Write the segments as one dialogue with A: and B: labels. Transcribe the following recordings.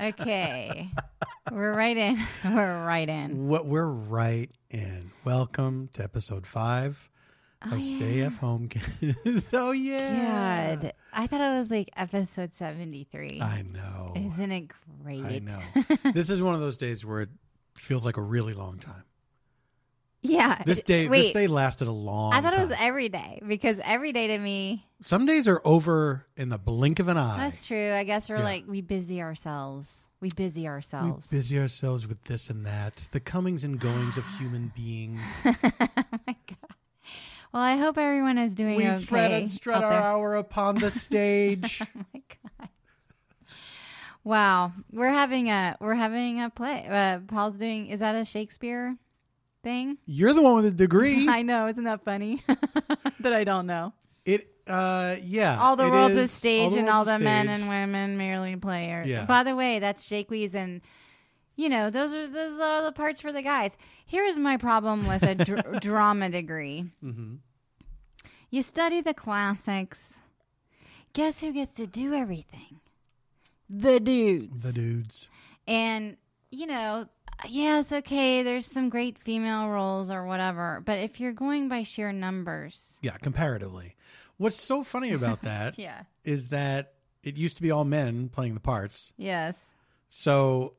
A: Okay. We're right in. We're right in.
B: What we're right in. Welcome to episode five
A: Oh,
B: of Stay at Home. Kids. oh yeah.
A: God. I thought it was like episode 73.
B: I know.
A: Isn't it great?
B: I know. this is one of those days where it feels like a really long time.
A: Yeah.
B: This
A: Uh, it-
B: day,
A: Wait,
B: this day lasted a long.
A: I thought
B: time.
A: it was every day because every day to me,
B: Some days are over in the blink of an eye.
A: that's true. I guess we're
B: Yeah.
A: like, we busy ourselves. We busy
B: We
A: ourselves.
B: busy ourselves with this and that, the comings and goings of human beings.
A: oh my God. Well, I hope everyone is doing
B: we
A: okay.
B: fret and strut
A: out
B: our
A: there.
B: hour upon the stage.
A: Oh my god! Wow, we're having a we're having a play. Uh, Paul's doing is that a Shakespeare thing?
B: You're the one with the degree.
A: I know, isn't that funny that I don't know?
B: It, uh, yeah.
A: All the
B: it
A: world's
B: is-
A: a stage, and
B: world's
A: all
B: a
A: the men
B: stage.
A: and women merely players.
B: Yeah.
A: By the way, that's Jake Wees and. You know, those are those are the parts for the guys. Here's my problem with a dr- drama degree.
B: Mhm.
A: You study the classics. Guess who gets to do everything? The dudes.
B: The dudes.
A: And, you know, yes, okay, there's some great female roles or whatever, but if you're going by sheer numbers.
B: Yeah, comparatively. What's so funny about that is
A: Yeah.
B: that it used to be all men playing the parts.
A: Yes.
B: So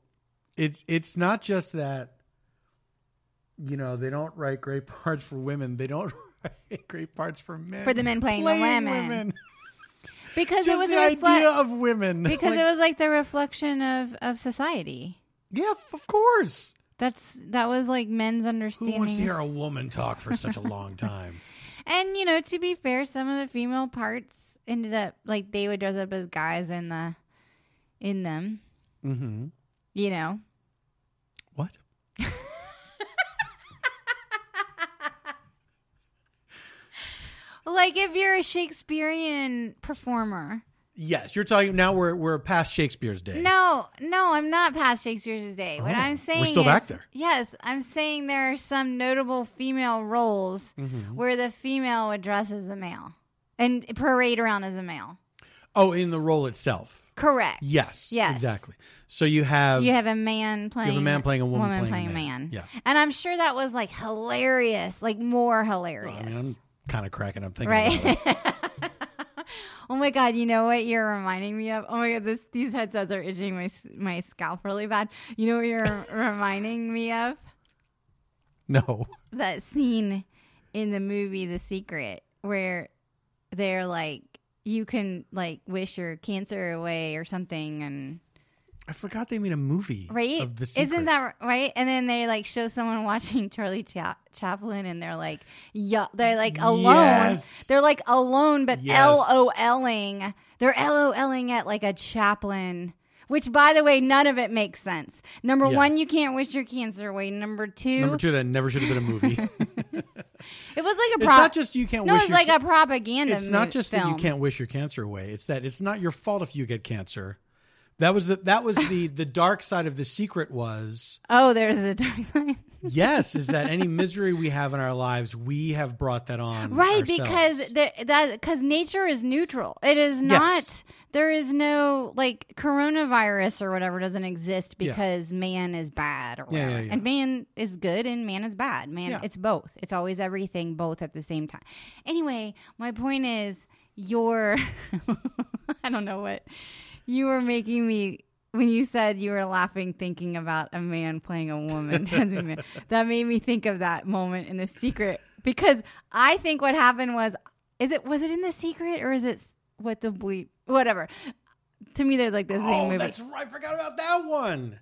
B: it's it's not just that you know they don't write great parts for women. They don't write great parts for men.
A: For the men playing the women. Because
B: Just
A: it was
B: the
A: a reflect
B: idea of women.
A: because
B: Like,
A: it was like the reflection of of society.
B: yeah, f- of course.
A: That's that was like men's
B: Who
A: understanding.
B: wants to hear a woman talk for such a long time?
A: And you know, to be fair, some of the female parts ended up like they would dress up as guys in the in them,
B: mm-hmm.
A: you know.
B: What?
A: Like if you're a Shakespearean performer,
B: Yes, you're talking now. We're we're past Shakespeare's day.
A: No, no, I'm not past Shakespeare's Day. What
B: Oh,
A: I'm
B: we're
A: saying
B: still
A: is-
B: back there.
A: Yes, I'm saying there are some notable female roles
B: Mhm.
A: where the female would dress as a male and parade around as a male.
B: Oh, in the role itself.
A: Correct.
B: Yes.
A: Yes.
B: Exactly. So you have
A: You have a man
B: you
A: playing
B: have a man playing a woman,
A: playing
B: a
A: a man.
B: Yeah.
A: And I'm sure that was like hilarious, like more hilarious.
B: Oh, I mean, I'm kind of cracking up thinking about it.
A: right? oh my god, you know what you're reminding me of? Oh my god, this these headsets are itching my s- my scalp really bad. You know what you're reminding me of?
B: No.
A: That scene in the movie The Secret where they're like you can like wish your cancer away or something and
B: I forgot they made a movie
A: right
B: of the secret.
A: isn't that r- right and then they like show someone watching charlie Cha- chaplin and they're like yeah they're like alone
B: Yes.
A: they're like alone but
B: Yes.
A: loling they're loling at like a chaplain which by the way none of it makes sense number
B: Yeah.
A: one you can't wish your cancer away number two,
B: number two? That never should have been a movie. it's
A: it was like a pro-
B: not just you can't
A: no
B: wish.
A: it's
B: your
A: like
B: ca-
A: a propaganda
B: It's not
A: mo-
B: just that
A: film.
B: you can't wish your cancer away. It's that it's not your fault if you get cancer. That was the that was the the dark side of the secret was
A: oh there's a dark side
B: yes is that any misery we have in our lives we have brought that on
A: right
B: ourselves.
A: because the, that because nature is neutral it is not there is no like coronavirus or whatever doesn't exist
B: Yeah.
A: because man is bad or
B: Yeah, yeah,
A: whatever
B: yeah.
A: and man is good and man is bad man
B: Yeah.
A: it's both it's always everything both at the same time anyway my point is your i don't know what you were making me when you said you were laughing thinking about a man playing a woman as a man. that made me think of that moment in the secret because i think what happened was is it was it in the secret or is it s- what the bleep whatever to me they're like the same
B: oh,
A: movie
B: that's right. I forgot about that one.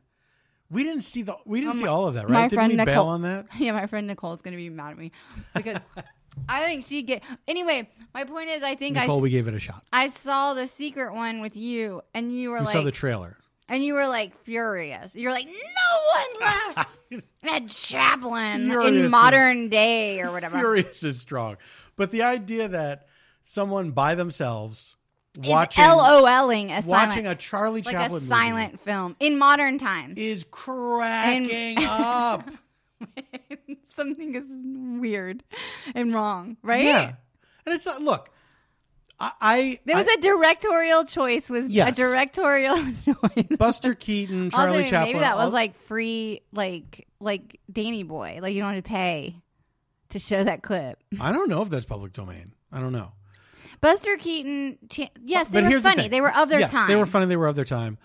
B: We didn't see the we didn't
A: Oh,
B: see
A: my-
B: all of that, right?
A: my
B: Didn't
A: friend
B: we bail
A: Nicole-
B: on that?
A: yeah my friend nicole's gonna be mad at me because i think she get anyway my point is i think
B: Nicole,
A: i
B: we gave it a shot.
A: I saw the secret one with you, and you were
B: We
A: like,
B: saw the trailer.
A: and you were like furious. You're like, no one laughs at Chaplin
B: Furious
A: in
B: is-
A: modern day or whatever.
B: Furious is strong, but the idea that someone by themselves
A: Is
B: watching
A: LOLing a
B: watching
A: silent,
B: a Charlie
A: like
B: Chaplin
A: a silent
B: movie
A: film in modern times.
B: is cracking up.
A: Something is weird and wrong, right?
B: Yeah, and it's not. Look, I, I
A: There was
B: I-
A: a directorial choice. Was
B: Yes.
A: a directorial choice.
B: Buster Keaton,
A: Also,
B: Charlie Chaplin. Oh.
A: Maybe that was
B: all-
A: like free, like like Danny Boy. Like you don't have to pay to show that clip.
B: I don't know if that's public domain. I don't know.
A: Buster Keaton. Ch- yes, they
B: but
A: were
B: here's the
A: funny.
B: thing.
A: they were of their
B: yes,
A: time.
B: They were funny. They were of their time.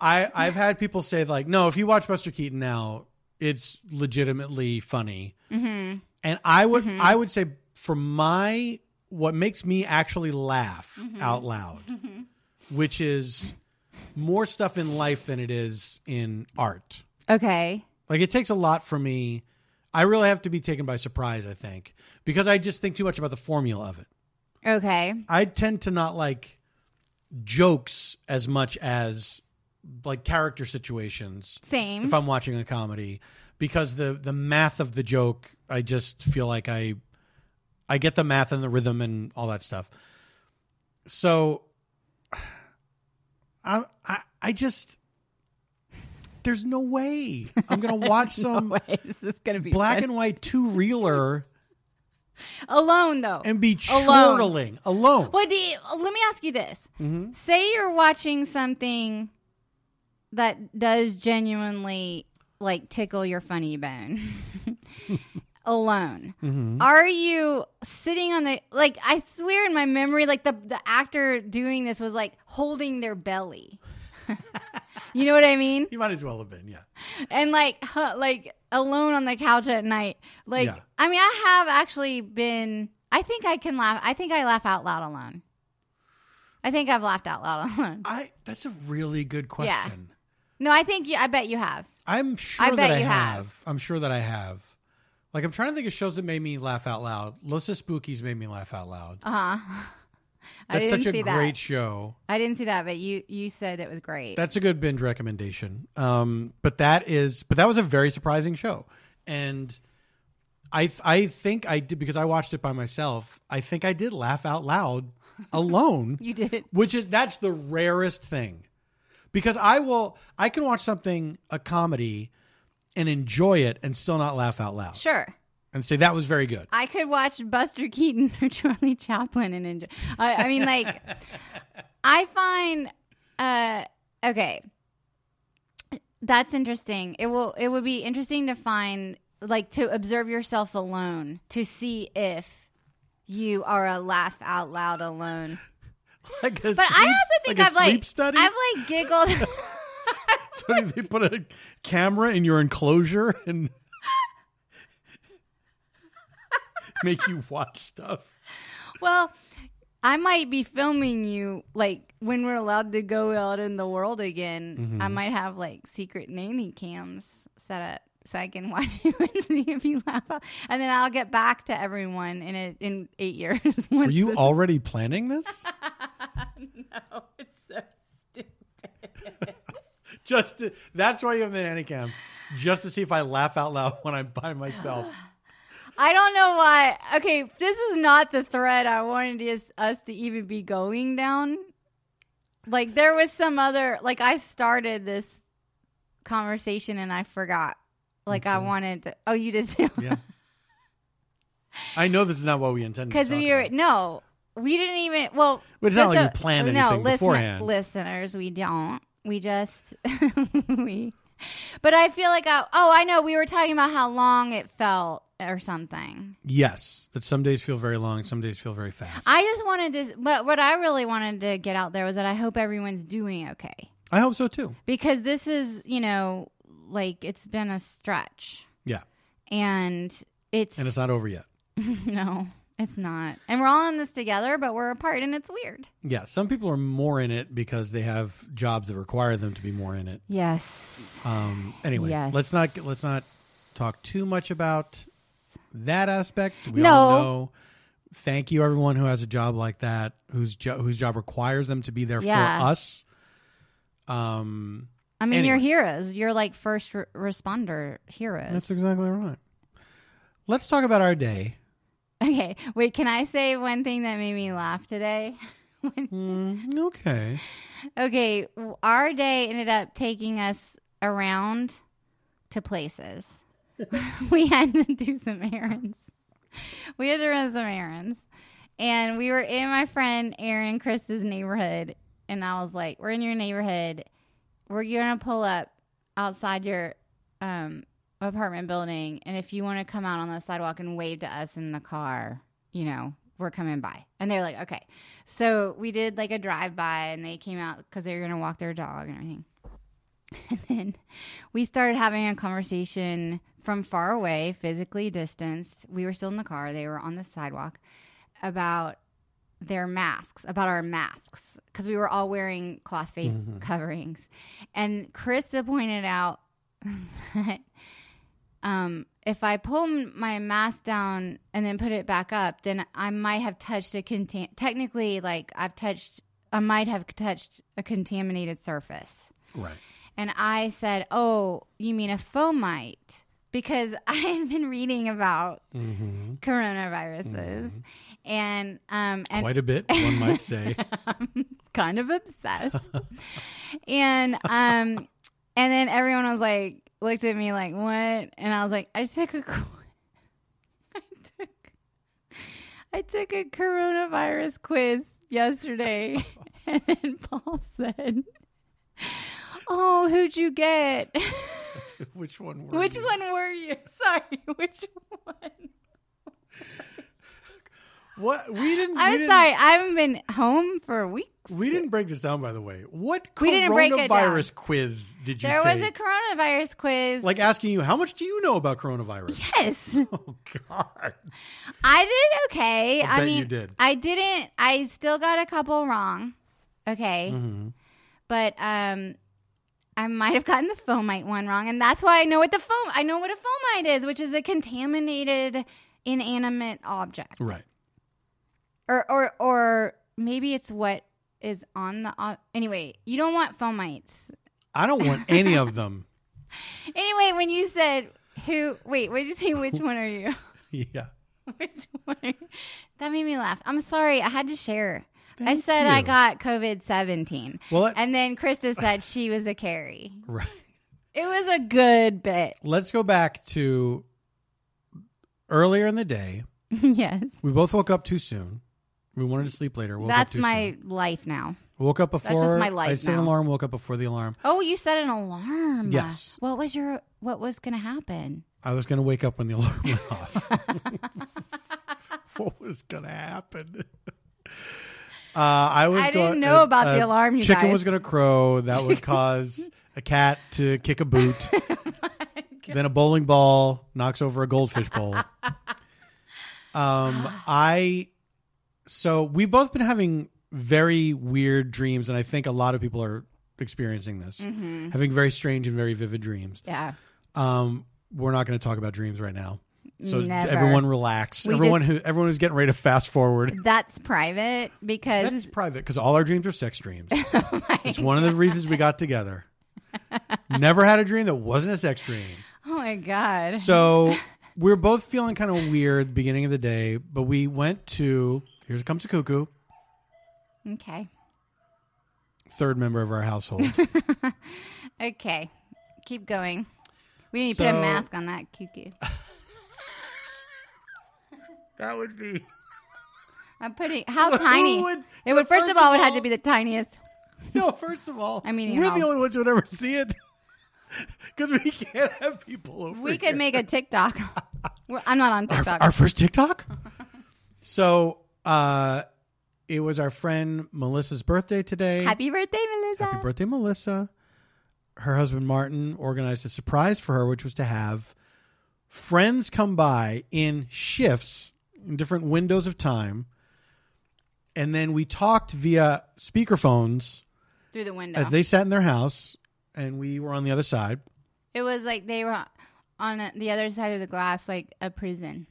B: I I've had people say like, no, if you watch Buster Keaton now, it's legitimately funny.
A: Mhm.
B: And I would I would say for my what makes me actually laugh
A: Mm-hmm.
B: out loud, which is more stuff in life than it is in art.
A: Okay.
B: Like it takes a lot for me. I really have to be taken by surprise, I think, because I just think too much about the formula of it.
A: Okay.
B: I tend to not like jokes as much as like character situations
A: Same.
B: if I'm watching a comedy because the the math of the joke I just feel like I I get the math and the rhythm and all that stuff. So I I, I just there's no way I'm going to watch some
A: no way. This is gonna be
B: black
A: good.
B: and white two reeler
A: alone though.
B: and be
A: Alone.
B: chortling alone.
A: What do you, let me ask you this.
B: Mhm.
A: Say you're watching something that does genuinely like tickle your funny bone alone. Are you sitting on the like I swear in my memory like the the actor doing this was like holding their belly. you know what I mean?
B: You might as well have been, yeah.
A: and like huh, like alone on the couch at night like
B: Yeah.
A: i mean i have actually been i think i can laugh i think i laugh out loud alone i think i've laughed out loud alone
B: I that's a really good question.
A: no i think you i bet you have
B: I'm sure
A: I
B: that
A: bet
B: I
A: you
B: have.
A: have.
B: I'm sure that I have. Like I'm trying to think of shows that made me laugh out loud. Los Spookies made me laugh out loud.
A: uh-huh i
B: That's
A: didn't
B: such a
A: see
B: great
A: that
B: show.
A: i didn't see that but you you said it was great
B: That's a good binge recommendation. Um, but that is, but that was a very surprising show, and I, I think I did because I watched it by myself. I think I did laugh out loud alone.
A: you did
B: which is that's the rarest thing because i will i can watch something a comedy and enjoy it and still not laugh out loud
A: sure
B: and say that was very good
A: I could watch Buster Keaton or Charlie Chaplin and enjoy. I, I mean, like, I find, uh, okay, that's interesting. It will. It would be interesting to find, like, to observe yourself alone to see if you are a laugh out loud alone.
B: like a
A: But I
B: sleep-
A: also think
B: like a
A: I've like
B: sleep study
A: I've like giggled.
B: So they put a camera in your enclosure and make you watch stuff
A: well. I might be filming you like when we're allowed to go out in the world again. I might have like secret nanny cams set up so I can watch you and see if you laugh out. And then I'll get back to everyone in a, in eight years.
B: were
A: once
B: you
A: this-
B: already planning this
A: No, it's so stupid.
B: just to, that's why you have the nanny cams just to see if i laugh out loud when i'm by myself
A: I don't know why. Okay, this is not the thread I wanted is us to even be going down. Like there was some other like I started this conversation and I forgot. Like I wanted. To, oh, you did too.
B: Yeah. I know this is not what we intended.
A: Because
B: Because
A: we were no, we didn't even. Well,
B: But it's not
A: just
B: like you
A: so-
B: planned
A: no,
B: anything
A: listen-
B: beforehand.
A: Listeners, we don't. We just we. But I feel like I, oh, I know we were talking about how long it felt or something.
B: yes, that some days feel very long, some days feel very fast. I,
A: I just wanted to, but what I really wanted to get out there was that I hope everyone's doing okay
B: hope so too.
A: because this is, you know, like it's been a stretch
B: Yeah,
A: and it's,
B: and it's not over yet.
A: no, it's not. And we're all in this together, but we're apart and it's weird.
B: Yeah, some people are more in it because they have jobs that require them to be more in it.
A: Yes.
B: Um, anyway,
A: Yes.
B: let's not let's not talk too much about that aspect. We
A: No.
B: all know. Thank you, everyone who has a job like that, whose jo- whose job requires them to be there
A: Yeah.
B: for us. Um,
A: I mean, you're
B: Anyway.
A: heroes. You're like first re- responder heroes.
B: That's exactly right. Let's talk about our day.
A: okay. Wait, can I say one thing that made me laugh today?
B: Mm, okay.
A: Okay, w- our day ended up taking us around to places. we had to do some errands. We had to run some errands. And we were in my friend Aaron Chris's neighborhood. And I was like, We're in your neighborhood. We're going to pull up outside your um, apartment building. And if you want to come out on the sidewalk and wave to us in the car, you know, we're coming by. And they were like, Okay. So we did like a drive by and they came out because they were going to walk their dog and everything. And then we started having a conversation from far away, physically distanced. We were still in the car, they were on the sidewalk about their masks, about our masks, because we were all wearing cloth face coverings. And Krista pointed out that um, if I pull m- my mask down and then put it back up, then I might have touched a contain. Technically, like I've touched, I might have touched a contaminated surface.
B: Right.
A: And I said, "Oh, you mean a fomite?" Because I had been reading about
B: Mm-hmm.
A: coronaviruses, and um, and
B: Quite a bit, one might say.
A: kind of obsessed. and um and then everyone was like looked at me like, "What?" And I was like, "I took a qu- I took I took a coronavirus quiz yesterday." and then Paul said, "Oh, who'd you get?"
B: Which one? Were
A: Which
B: you?
A: one were you? Sorry, which one?
B: What we didn't. we
A: I'm
B: didn't-
A: sorry, I haven't been home for weeks.
B: We didn't break this down, by the way. What
A: We didn't break it down.
B: coronavirus quiz did you
A: There was
B: take?
A: a coronavirus quiz.
B: like asking you, how much do you know about coronavirus?
A: yes.
B: Oh God!
A: I did okay.
B: I
A: I,
B: bet
A: mean,
B: you did.
A: I didn't. I still got a couple wrong. Okay,
B: Mhm.
A: but um, I might have gotten the fomite one wrong, and that's why I know what the foam. I know what a fomite is, which is a contaminated inanimate object,
B: Right.
A: or or or maybe it's what is on the. ob anyway, you don't want fomites.
B: I don't want any of them.
A: Anyway, when you said who, wait, what did you say? Which one are you?
B: Yeah.
A: Which one? are you- That made me laugh. I'm sorry. I had to share. I
B: Thank
A: said I
B: you.
A: got COVID 17.
B: Well, let,
A: And then Krista said she was a carry.
B: right.
A: It was a good bit.
B: Let's go back to earlier in the day.
A: yes.
B: We both woke up too soon. We wanted to sleep later. Woke up
A: That's
B: too
A: my
B: soon.
A: life now.
B: Woke up
A: just
B: before.
A: my life
B: I set an
A: now.
B: alarm. Woke up before the alarm.
A: Oh, you set an alarm.
B: Yes.
A: What was your what was going to happen?
B: I was going to wake up when the alarm went off. what was going to happen? Uh, I was.
A: I didn't
B: going-
A: know
B: a-
A: about the
B: a
A: alarm, you
B: uh, chicken
A: guys.
B: was going to crow. That would cause a cat to kick a boot. then a bowling ball knocks over a goldfish bowl. um, I. So we've both been having very weird dreams, and I think a lot of people are experiencing this,
A: Mm-hmm.
B: having very strange and very vivid dreams.
A: Yeah.
B: Um, we're not going to talk about dreams right now. So
A: Never.
B: everyone relax.
A: We
B: everyone who everyone who's getting ready to fast forward.
A: That's private because
B: That's private because all our dreams are sex dreams. it's one of the reasons we got together. Never had a dream that wasn't a sex dream.
A: Oh my god.
B: So we're both feeling kind of weird beginning of the day, but we went to here comes a cuckoo,
A: okay.
B: third member of our household.
A: Okay. Keep going. We need to put
B: So-
A: a mask on that cuckoo.
B: that would be
A: I'm putting how tiny.
B: would-
A: it would
B: well,
A: first of all it had to be the tiniest.
B: No, first of all,
A: I mean, you
B: we're
A: know.
B: the only ones who would ever see it because we can't have people over.
A: We
B: here.
A: could make a TikTok. Well, I'm not on TikTok.
B: our first TikTok. so uh, it was our friend Melissa's birthday today.
A: Happy birthday, Melissa.
B: Happy birthday, Melissa. Her husband Martin organized a surprise for her, which was to have friends come by in shifts, in different windows of time. And then we talked via speakerphones
A: Through the window.
B: as they sat in their house, and we were on the other side.
A: it was like they were on a, the other side of the glass, like a prison.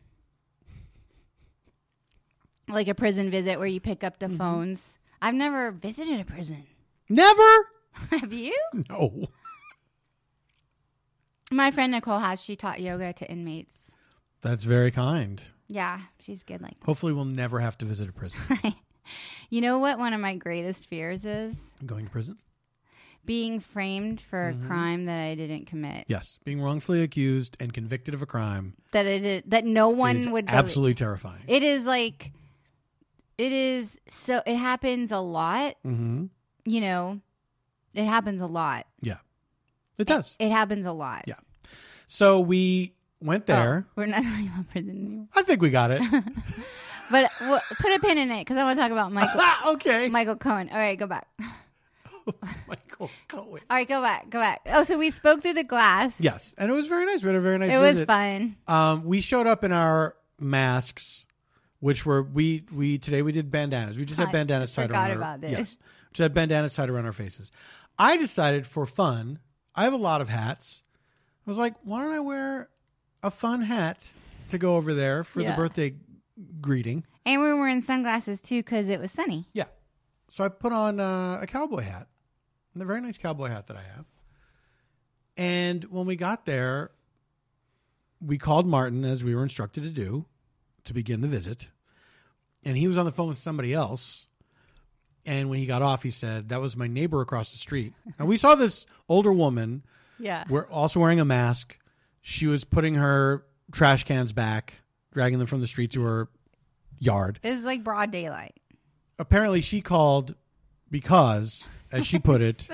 A: Like a prison visit where you pick up
B: Mm-hmm.
A: the phones. I've never visited a prison.
B: Never?
A: Have you?
B: No.
A: My friend Nicole has. She taught yoga to inmates.
B: That's very kind.
A: Yeah, she's good like
B: Hopefully, we'll never have to visit a prison.
A: that. you know what one of my greatest fears is?
B: Going to prison?
A: Being framed for
B: Mm-hmm.
A: a crime that I didn't commit.
B: Yes, being wrongfully accused and convicted of a crime
A: That I did that no
B: is
A: one would believe.
B: absolutely terrifying.
A: It is like It is so it happens a lot,
B: Mm-hmm.
A: you know. It happens a lot.
B: It does.
A: It happens a lot.
B: Yeah. So we went
A: Oh,
B: there.
A: we're not talking about prison anymore.
B: I think we got it.
A: But well, put a pin in it because I want to talk about Michael
B: Ah, okay.
A: Michael Cohen. All right, go back.
B: Michael Cohen.
A: All right, go back, go back. Oh, so we spoke through the glass.
B: Yes, and it was very nice. We had a very nice.
A: it was
B: visit.
A: fun.
B: Um, we showed up in our masks, which were we we today we did bandanas. We just
A: I
B: had bandanas tied
A: forgot
B: around. our,
A: about this.
B: Yes, just had bandanas tied around our faces. I decided for fun. I have a lot of hats. I was like, why don't I wear a fun hat to go over there for
A: Yeah.
B: the birthday greeting?
A: And we were wearing sunglasses too because it was sunny.
B: Yeah. So I put on uh, a cowboy hat, the very nice cowboy hat that I have. And when we got there, we called Martin as we were instructed to do to begin the visit. And he was on the phone with somebody else. And when he got off, he said, That was my neighbor across the street. And we saw this older woman
A: Yeah.
B: we're also wearing a mask. She was putting her trash cans back, dragging them from the street to her yard
A: It was like broad daylight.
B: apparently she called because, as she put it,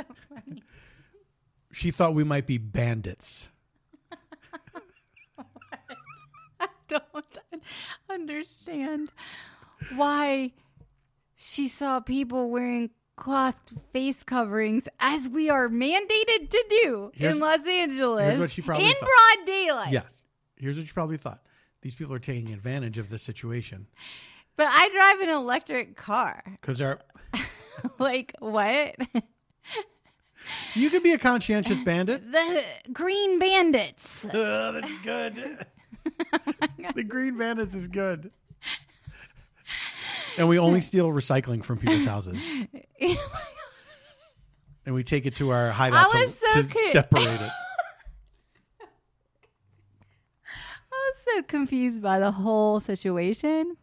B: she thought we might be bandits.
A: don't understand why she saw people wearing cloth face coverings as we are mandated to do
B: Here's-
A: in Los Angeles
B: here's what she probably
A: in
B: thought.
A: broad daylight.
B: Yes. Here's what you probably thought. These people are taking advantage of this situation
A: But I drive an electric car.
B: because they're.
A: like what?
B: You could be a conscientious bandit.
A: the Green Bandits.
B: Ugh, that's good. the Green Bandits is good. And we only steal recycling from people's houses, and we take it to our hideout
A: I
B: to,
A: was so
B: to
A: cu-
B: separate it.
A: I was so confused by the whole situation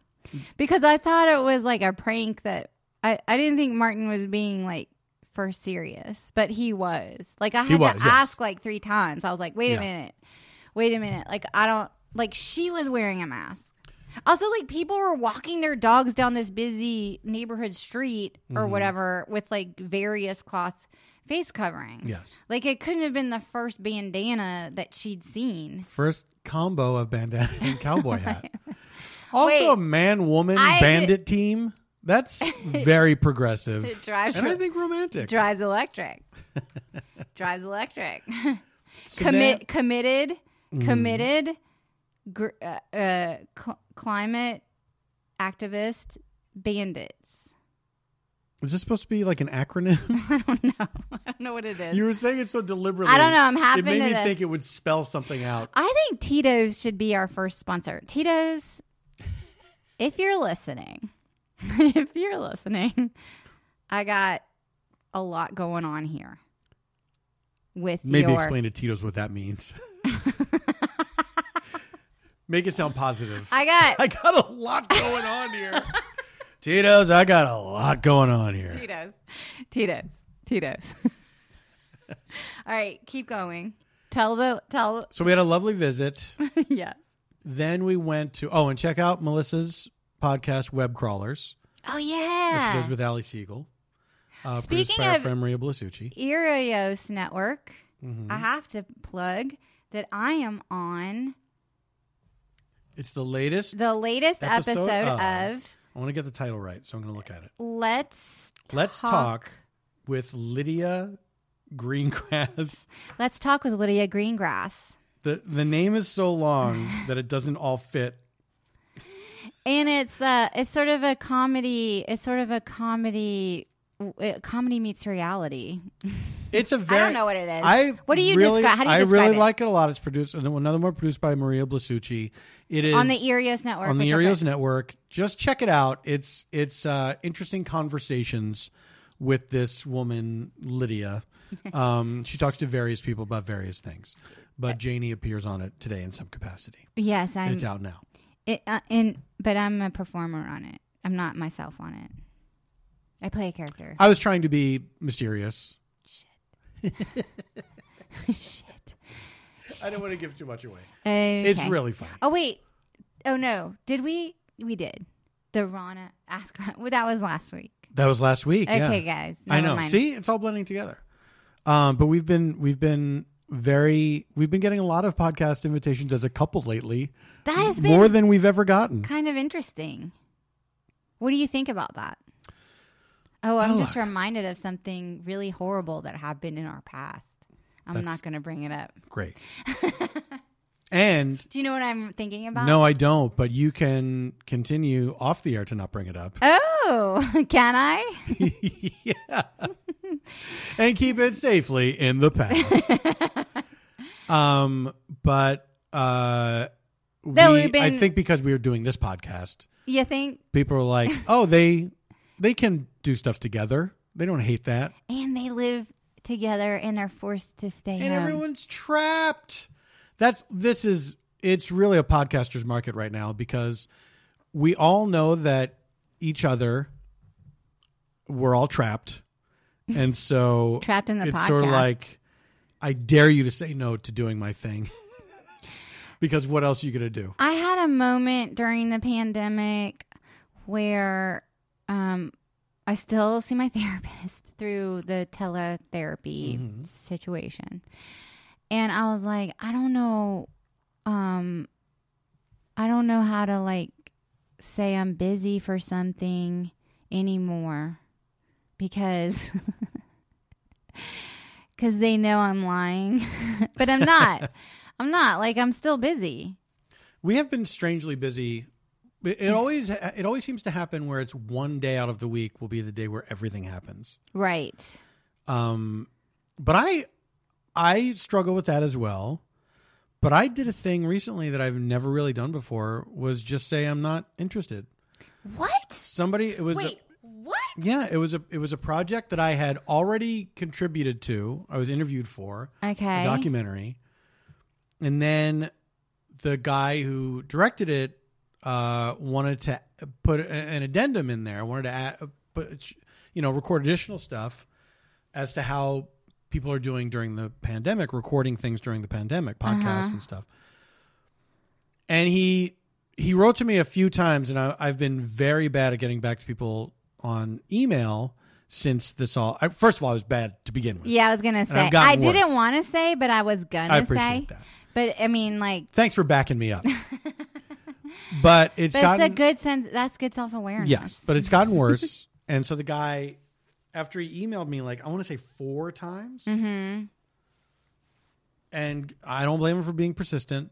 A: because I thought it was like a prank that I, I didn't think Martin was being like for serious, but he was. Like I
B: He
A: had
B: was,
A: to
B: yes.
A: ask like three times. I was like, wait
B: Yeah.
A: a minute, wait a minute. Like I don't like she was wearing a mask. Also, like people were walking their dogs down this busy neighborhood street or
B: Mm-hmm.
A: whatever with like various cloth face coverings.
B: Yes.
A: Like it couldn't have been the first bandana that she'd seen.
B: First combo of bandana and cowboy hat. Also,
A: Wait.
B: a man woman
A: I-
B: bandit team. That's very progressive.
A: It drives
B: and I
A: you-
B: think romantic.
A: drives electric drives electric
B: So
A: commit
B: then- Mm-hmm.
A: committed committed gr- uh, uh, cl- climate activist bandits
B: is this supposed to be like an acronym?
A: i don't know i don't know what it is
B: you were saying it so deliberately.
A: i don't know i'm happy
B: It made
A: to
B: me
A: the-
B: think it would spell something out.
A: i think tito's should be our first sponsor tito's if you're listening if you're listening i got a lot going on here with
B: Maybe
A: your
B: explain to Tito's what that means. Make it sound positive.
A: i got
B: I got a lot going on here. Tito's, I got a lot going on here.
A: Tito's. Tito's. Tito's. All right, keep going. Tell the tell
B: So we had a lovely visit.
A: yes.
B: Then we went to oh, and check out Melissa's podcast, Web Crawlers,
A: Oh
B: which
A: yeah.
B: was with Ali Siegel. Uh,
A: Speaking
B: produced by our
A: of-
B: friend Maria Blasucci.
A: Erios Network.
B: Mhm.
A: I have to plug that I am on
B: It's the latest.
A: the latest
B: Episode
A: episode,
B: of-
A: of,
B: I want to get the title right, so I'm going to look at it.
A: Let's
B: Let's talk with Lydia Greengrass.
A: Let's talk with Lydia Greengrass.
B: the The name is so long that it doesn't all fit.
A: And it's uh it's sort of a comedy, it's sort of a comedy uh, comedy meets reality.
B: It's a very.
A: I don't know what it is.
B: I
A: what do you
B: really,
A: describe? How do you
B: I
A: describe
B: really
A: it?
B: like it a lot. It's produced and then another one produced by Maria Blasucci. It is
A: on the Erios Network.
B: on the
A: which are-
B: Arios Network. Just check it out. It's it's uh, interesting conversations with this woman Lydia. Um, she talks to various people about various things,
A: Uh,
B: but Janie appears on it today in some capacity.
A: Yes,
B: And
A: I'm.
B: it's out now.
A: It, uh, and but I'm a performer on it. I'm not myself on it. I play a character.
B: I was trying to be mysterious.
A: Shit.
B: I don't want to give too much away.
A: Okay.
B: It's really fun.
A: Oh wait. Oh no. Did we? We did. the Rana Askren. Well, that was last week.
B: That was last week. yeah.
A: Okay, guys.
B: I
A: never
B: know.
A: mind.
B: See, it's all blending together. Um, but we've been we've been very we've been getting a lot of podcast invitations as a couple lately,
A: that has been
B: more than we've ever gotten.
A: kind of interesting. What do you think about that? Oh, I'm just reminded of something really horrible that happened in our past. I'm not
B: That's-
A: going to bring it up.
B: Great. and
A: Do you know what I'm thinking about?
B: no, I don't. But you can continue off the air to not bring it up.
A: Oh, can I?
B: yeah. and keep it safely in the past. um, but uh, we,
A: No, we've
B: I
A: been-
B: think because we were doing this podcast,
A: You think?
B: people are like, "Oh, they they can do stuff together. They don't hate that."
A: And they live together and are forced to stay home.
B: And everyone's trapped. That's this is it's really a podcaster's market right now because we all know that each other we're all trapped. And so
A: Trapped in the
B: it's
A: podcast.
B: sort of like I dare you to say no to doing my thing. because what else are you going to do?
A: I had a moment during the pandemic where um, I still see my therapist through the teletherapy situation. And I was like, I don't know. Um, I don't know how to like say I'm busy for something anymore because cause they know I'm lying, but I'm not. I'm not like I'm still busy.
B: We have been strangely busy. It it always it always seems to happen where it's one day out of the week will be the day where everything happens.
A: Right.
B: Um, but I I struggle with that as well. But I did a thing recently that I've never really done before was just say I'm not interested.
A: What?
B: Somebody it was a-
A: Wait, what?
B: yeah, it was a it was a project that I had already contributed to. I was interviewed for a
A: Okay.
B: documentary. And then the guy who directed it uh, wanted to put a- an addendum in there, wanted to add, uh, put, you know, record additional stuff as to how people are doing during the pandemic, recording things during the pandemic, podcasts
A: Uh-huh.
B: and stuff. And he he wrote to me a few times, and I, I've been very bad at getting back to people on email since this all. I, first of all, I was bad to begin with.
A: yeah, I was gonna say
B: I've gotten
A: I didn't
B: worse.
A: want to say, but I was gonna
B: I appreciate
A: say.
B: that.
A: But I mean, like,
B: thanks for backing me up. but it's
A: that's
B: gotten
A: a good sense. That's good self awareness.
B: yes, but it's gotten worse. and so the guy, after he emailed me, like I want to say four times,
A: Mm-hmm.
B: and I don't blame him for being persistent.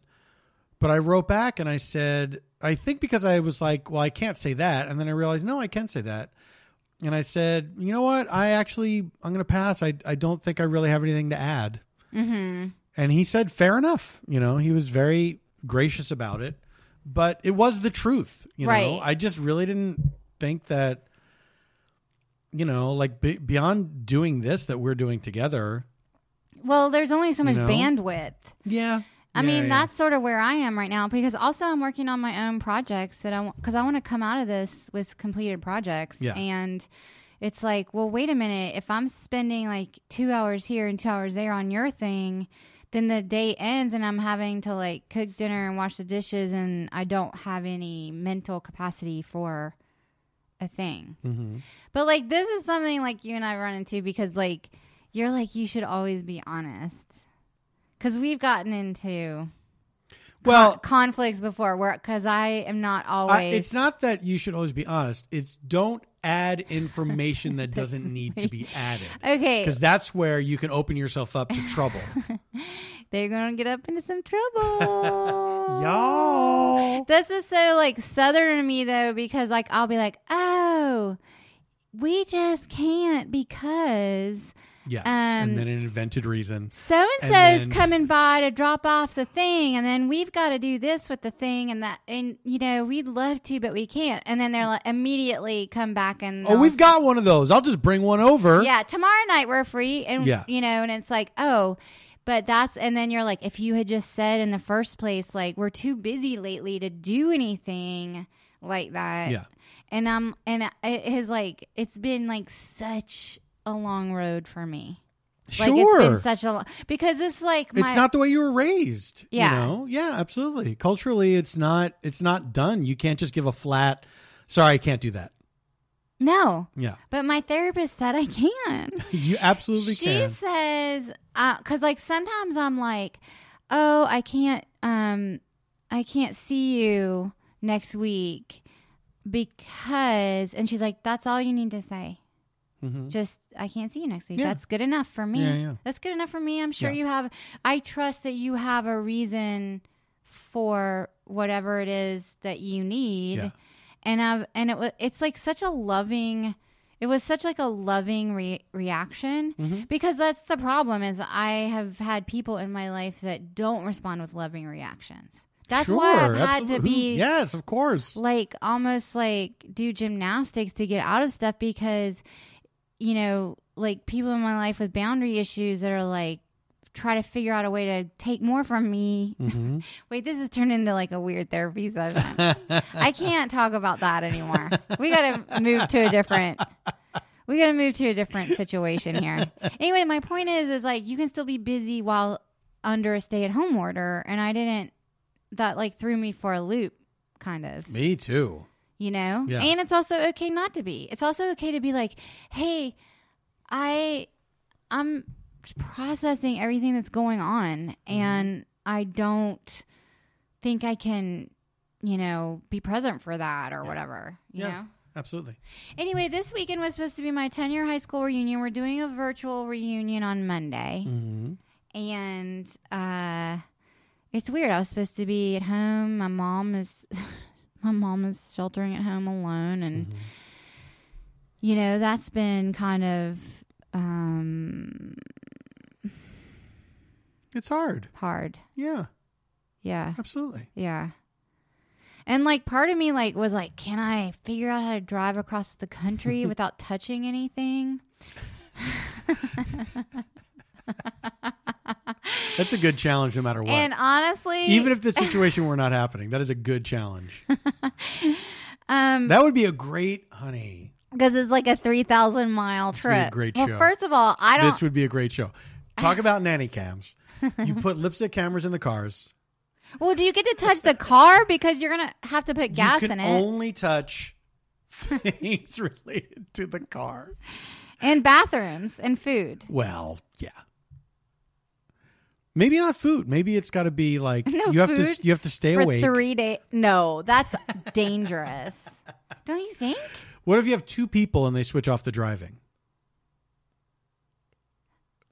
B: But I wrote back and I said, I think because I was like, well, I can't say that, and then I realized, no, I can say that. And I said, you know what? I actually, I'm going to pass. I, I don't think I really have anything to add.
A: Mm-hmm.
B: And he said, fair enough. You know, he was very gracious about it, but it was the truth. You
A: Right.
B: know, I just really didn't think that, you know, like be- beyond doing this that we're doing together.
A: Well, there's only so much
B: know?
A: bandwidth.
B: Yeah.
A: I mean, that's sort of where I am right now because also I'm working on my own projects that I because I want to come out of this with completed projects.
B: Yeah.
A: And it's like, well, wait a minute. If I'm spending like two hours here and two hours there on your thing, then the day ends and I'm having to like cook dinner and wash the dishes, and I don't have any mental capacity for a thing.
B: hmm
A: But like this is something like you and I run into because like you're like you should always be honest. Cuz we've gotten into
B: Well,
A: conflicts before where cuz I am not
B: I,
A: always
B: it's not that you should always be honest. It's don't add information that doesn't need to be added.
A: Okay,
B: Because that's where you can open yourself up to trouble.
A: they're going to get up into some trouble.
B: Y'all.
A: This is so like southern to me though because like I'll be like, "Oh, we just can't because
B: Yes.
A: Um,
B: and then an invented reason.
A: so and
B: And
A: so's
B: then-
A: coming by to drop off the thing and then we've got to do this with the thing and that and you know we'd love to but we can't and then they'll immediately come back and
B: Oh,
A: they'll-
B: we've got one of those. I'll just bring one over.
A: yeah tomorrow night we're free and
B: Yeah.
A: you know and it's like oh but that's and then you're like if you had just said in the first place like we're too busy lately to do anything like that
B: Yeah.
A: and um and it has like it's been like such a long road for me like
B: Sure.
A: it's been such a long because it's like my
B: it's not the way you were raised.
A: Yeah.
B: You know? Yeah, absolutely. Culturally, it's not it's not done. You can't just give a flat Sorry, I can't do that.
A: No,
B: Yeah,
A: but my therapist said I can.
B: you absolutely
A: she
B: can.
A: says because like sometimes i'm like oh i can't um i can't see you next week because and she's like that's all you need to say
B: Mhm.
A: just i can't see you next week
B: Yeah.
A: that's good enough for me
B: Yeah, yeah.
A: that's good enough for me i'm sure
B: Yeah.
A: you have i trust that you have a reason for whatever it is that you need
B: Yeah.
A: and i've and it was it's like such a loving it was such like a loving re- reaction
B: Mm-hmm.
A: because that's the problem is i have had people in my life that don't respond with loving reactions that's why
B: Sure,
A: i've had to
B: absolute-
A: be
B: Yes, of course.
A: like almost like do gymnastics to get out of stuff because you know like people in my life with boundary issues that are like try to figure out a way to take more from me
B: Mhm.
A: wait this has turned into like a weird therapy session i can't talk about that anymore we gotta move to a different we gotta move to a different situation here anyway my point is is like you can still be busy while under a stay-at-home order and i didn't that like threw me for a loop kind of
B: Me too.
A: you know?
B: Yeah.
A: And it's also okay not to be. It's also okay to be like, "Hey, I I'm processing everything that's going on
B: Mm-hmm.
A: and I don't think I can, you know, be present for that or whatever, you
B: Yeah.
A: know?"
B: Absolutely.
A: Anyway, this weekend was supposed to be my 10-year high school reunion. We're doing a virtual reunion on Monday
B: hmm
A: and uh it's weird i was supposed to be at home my mom is my mom is sheltering at home alone and
B: Mm-hmm.
A: you know that's been kind of um
B: It's hard.
A: hard
B: Yeah,
A: yeah
B: absolutely.
A: yeah and like part of me like was like can i figure out how to drive across the country without touching anything
B: That's a good challenge, no matter what.
A: and honestly
B: Even if the situation were not happening, that is a good challenge.
A: um
B: That would be a great, honey.
A: because it's like a 3000 mile
B: would be a
A: trip
B: great
A: well
B: show.
A: first of all i don't
B: This would be a great show. Talk about nanny cams. You put lipstick cameras in the cars.
A: Well, do you get to touch the car because you're gonna have to put gas
B: you can
A: in it
B: only touch things related to the car.
A: and bathrooms and food?
B: Well, yeah. Maybe not food. Maybe it's got to be like
A: No
B: you have
A: food
B: to you have to stay
A: for
B: awake.
A: three days? No, that's dangerous. Don't you think?
B: What if you have two people and they switch off the driving?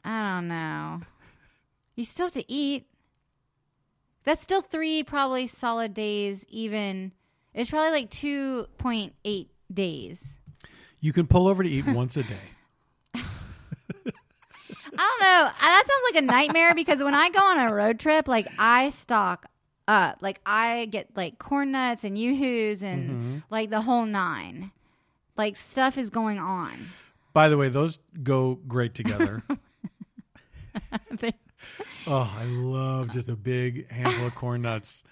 A: I don't know. You still have to eat. That's still three probably solid days. Even it's probably like two point eight days.
B: You can pull over to eat once a day.
A: I don't know. I- That sounds like a nightmare because when I go on a road trip, like I stock up, like I get like corn nuts and yoo-hoos and like the whole nine. Like stuff is going on.
B: By the way, those go great together. Oh, I love just a big handful of corn nuts,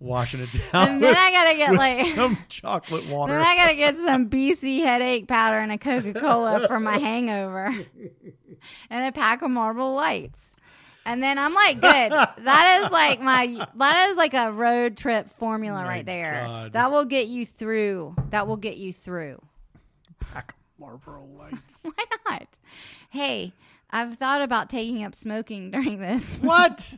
B: washing it down
A: and
B: with,
A: then I gotta get
B: with
A: like.
B: some chocolate water.
A: Then I gotta get some BC headache powder and a Coca Cola for my hangover, and a pack of Marble Lights, and then I'm like, good. That is like my that is like a road trip formula
B: My
A: right there.
B: God.
A: That will get you through. That will get you through.
B: Pack of Marlboro Lights.
A: Why not? Hey, I've thought about taking up smoking during this.
B: what?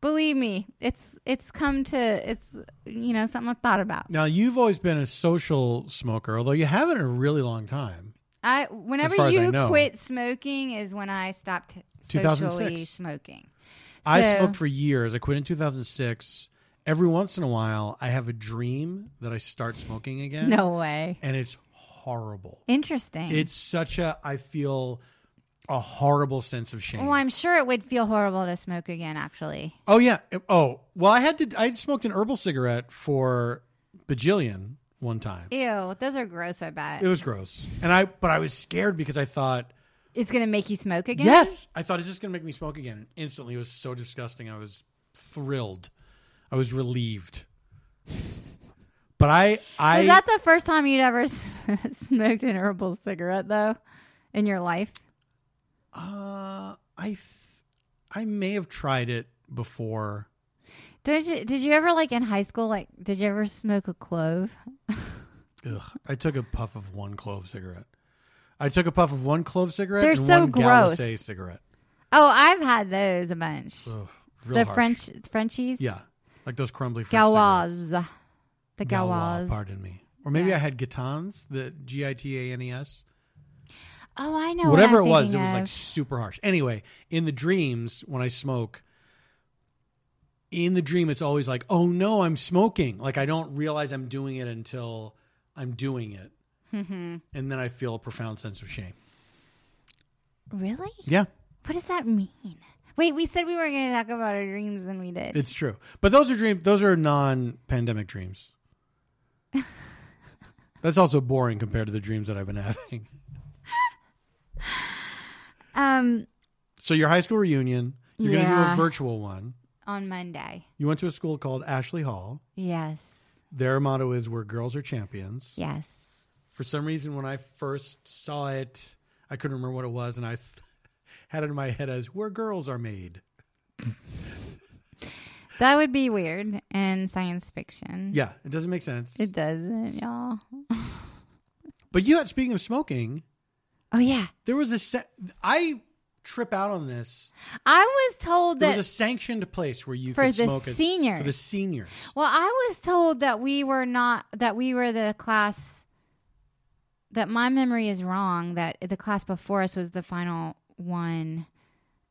A: Believe me, it's it's come to it's you know something I've thought about.
B: Now you've always been a social smoker, although you haven't in a really long time.
A: I
B: As far
A: whenever
B: as I
A: you
B: know.
A: quit smoking is when I stopped socially
B: 2006.
A: smoking.
B: I
A: So-
B: smoked for years. I quit in 2006. Every once in a while, I have a dream that I start smoking again.
A: No way.
B: and it's horrible.
A: Interesting.
B: It's such a I feel a horrible sense of shame.
A: well, I'm sure it would feel horrible to smoke again. Actually,
B: Oh yeah. Oh well, I had to. I had smoked an herbal cigarette for bajillion one time.
A: ew, those are gross. I bet
B: It was gross, and I but I was scared because I thought
A: it's gonna make you smoke again.
B: yes, I thought is this going to make me smoke again? And instantly, it was so disgusting. I was thrilled. I was relieved. But I I
A: Was that the first time you'd ever s- smoked an herbal cigarette though, in your life?
B: uh I th- I may have tried it before.
A: Did you Did you ever like in high school like Did you ever smoke a clove?
B: Ugh, I took a puff of one clove cigarette. I took a puff of one clove cigarette
A: They're
B: and
A: so
B: one
A: gross.
B: Galasay cigarette.
A: Oh, I've had those a bunch.
B: Ugh, real
A: the
B: harsh.
A: French Frenchies.
B: Yeah, like those crumbly French cigarettes.
A: Gauloise. The
B: Galois,
A: Gauloise.
B: Pardon me. Or maybe
A: Yeah.
B: I had Gitans, the G I T A N E S.
A: Oh, I know. what
B: Whatever it
A: I'm
B: was, it
A: thinking
B: was like
A: of.
B: super harsh. Anyway, in the dreams, when I smoke, in the dream, it's always like, oh no, I'm smoking. Like I don't realize I'm doing it until I'm doing it.
A: Mm-hmm.
B: And then I feel a profound sense of shame.
A: Really?
B: Yeah,
A: What does that mean? Wait, we said we weren't going to talk about our dreams, and we did.
B: it's true. But those are dream. Those are non-pandemic dreams. That's also boring compared to the dreams that I've been having.
A: um,
B: So your high school reunion, you're going to do
A: Yeah.
B: a virtual one.
A: on Monday.
B: You went to a school called Ashley Hall.
A: Yes.
B: Their motto is "Where girls are champions."
A: Yes.
B: For some reason, when I first saw it, I couldn't remember what it was, and I th- had it in my head as "Where girls are made."
A: That would be weird and science fiction.
B: Yeah, it doesn't make sense.
A: It doesn't, y'all.
B: but you, had, speaking of smoking,
A: Oh yeah.
B: there was a sa- I trip out on this.
A: I was told
B: There
A: that
B: was a sanctioned place where you
A: For
B: could
A: the
B: smoke as- for the
A: seniors.
B: seniors.
A: Well, I was told that we were not that we were the class that my memory is wrong that the class before us was the final one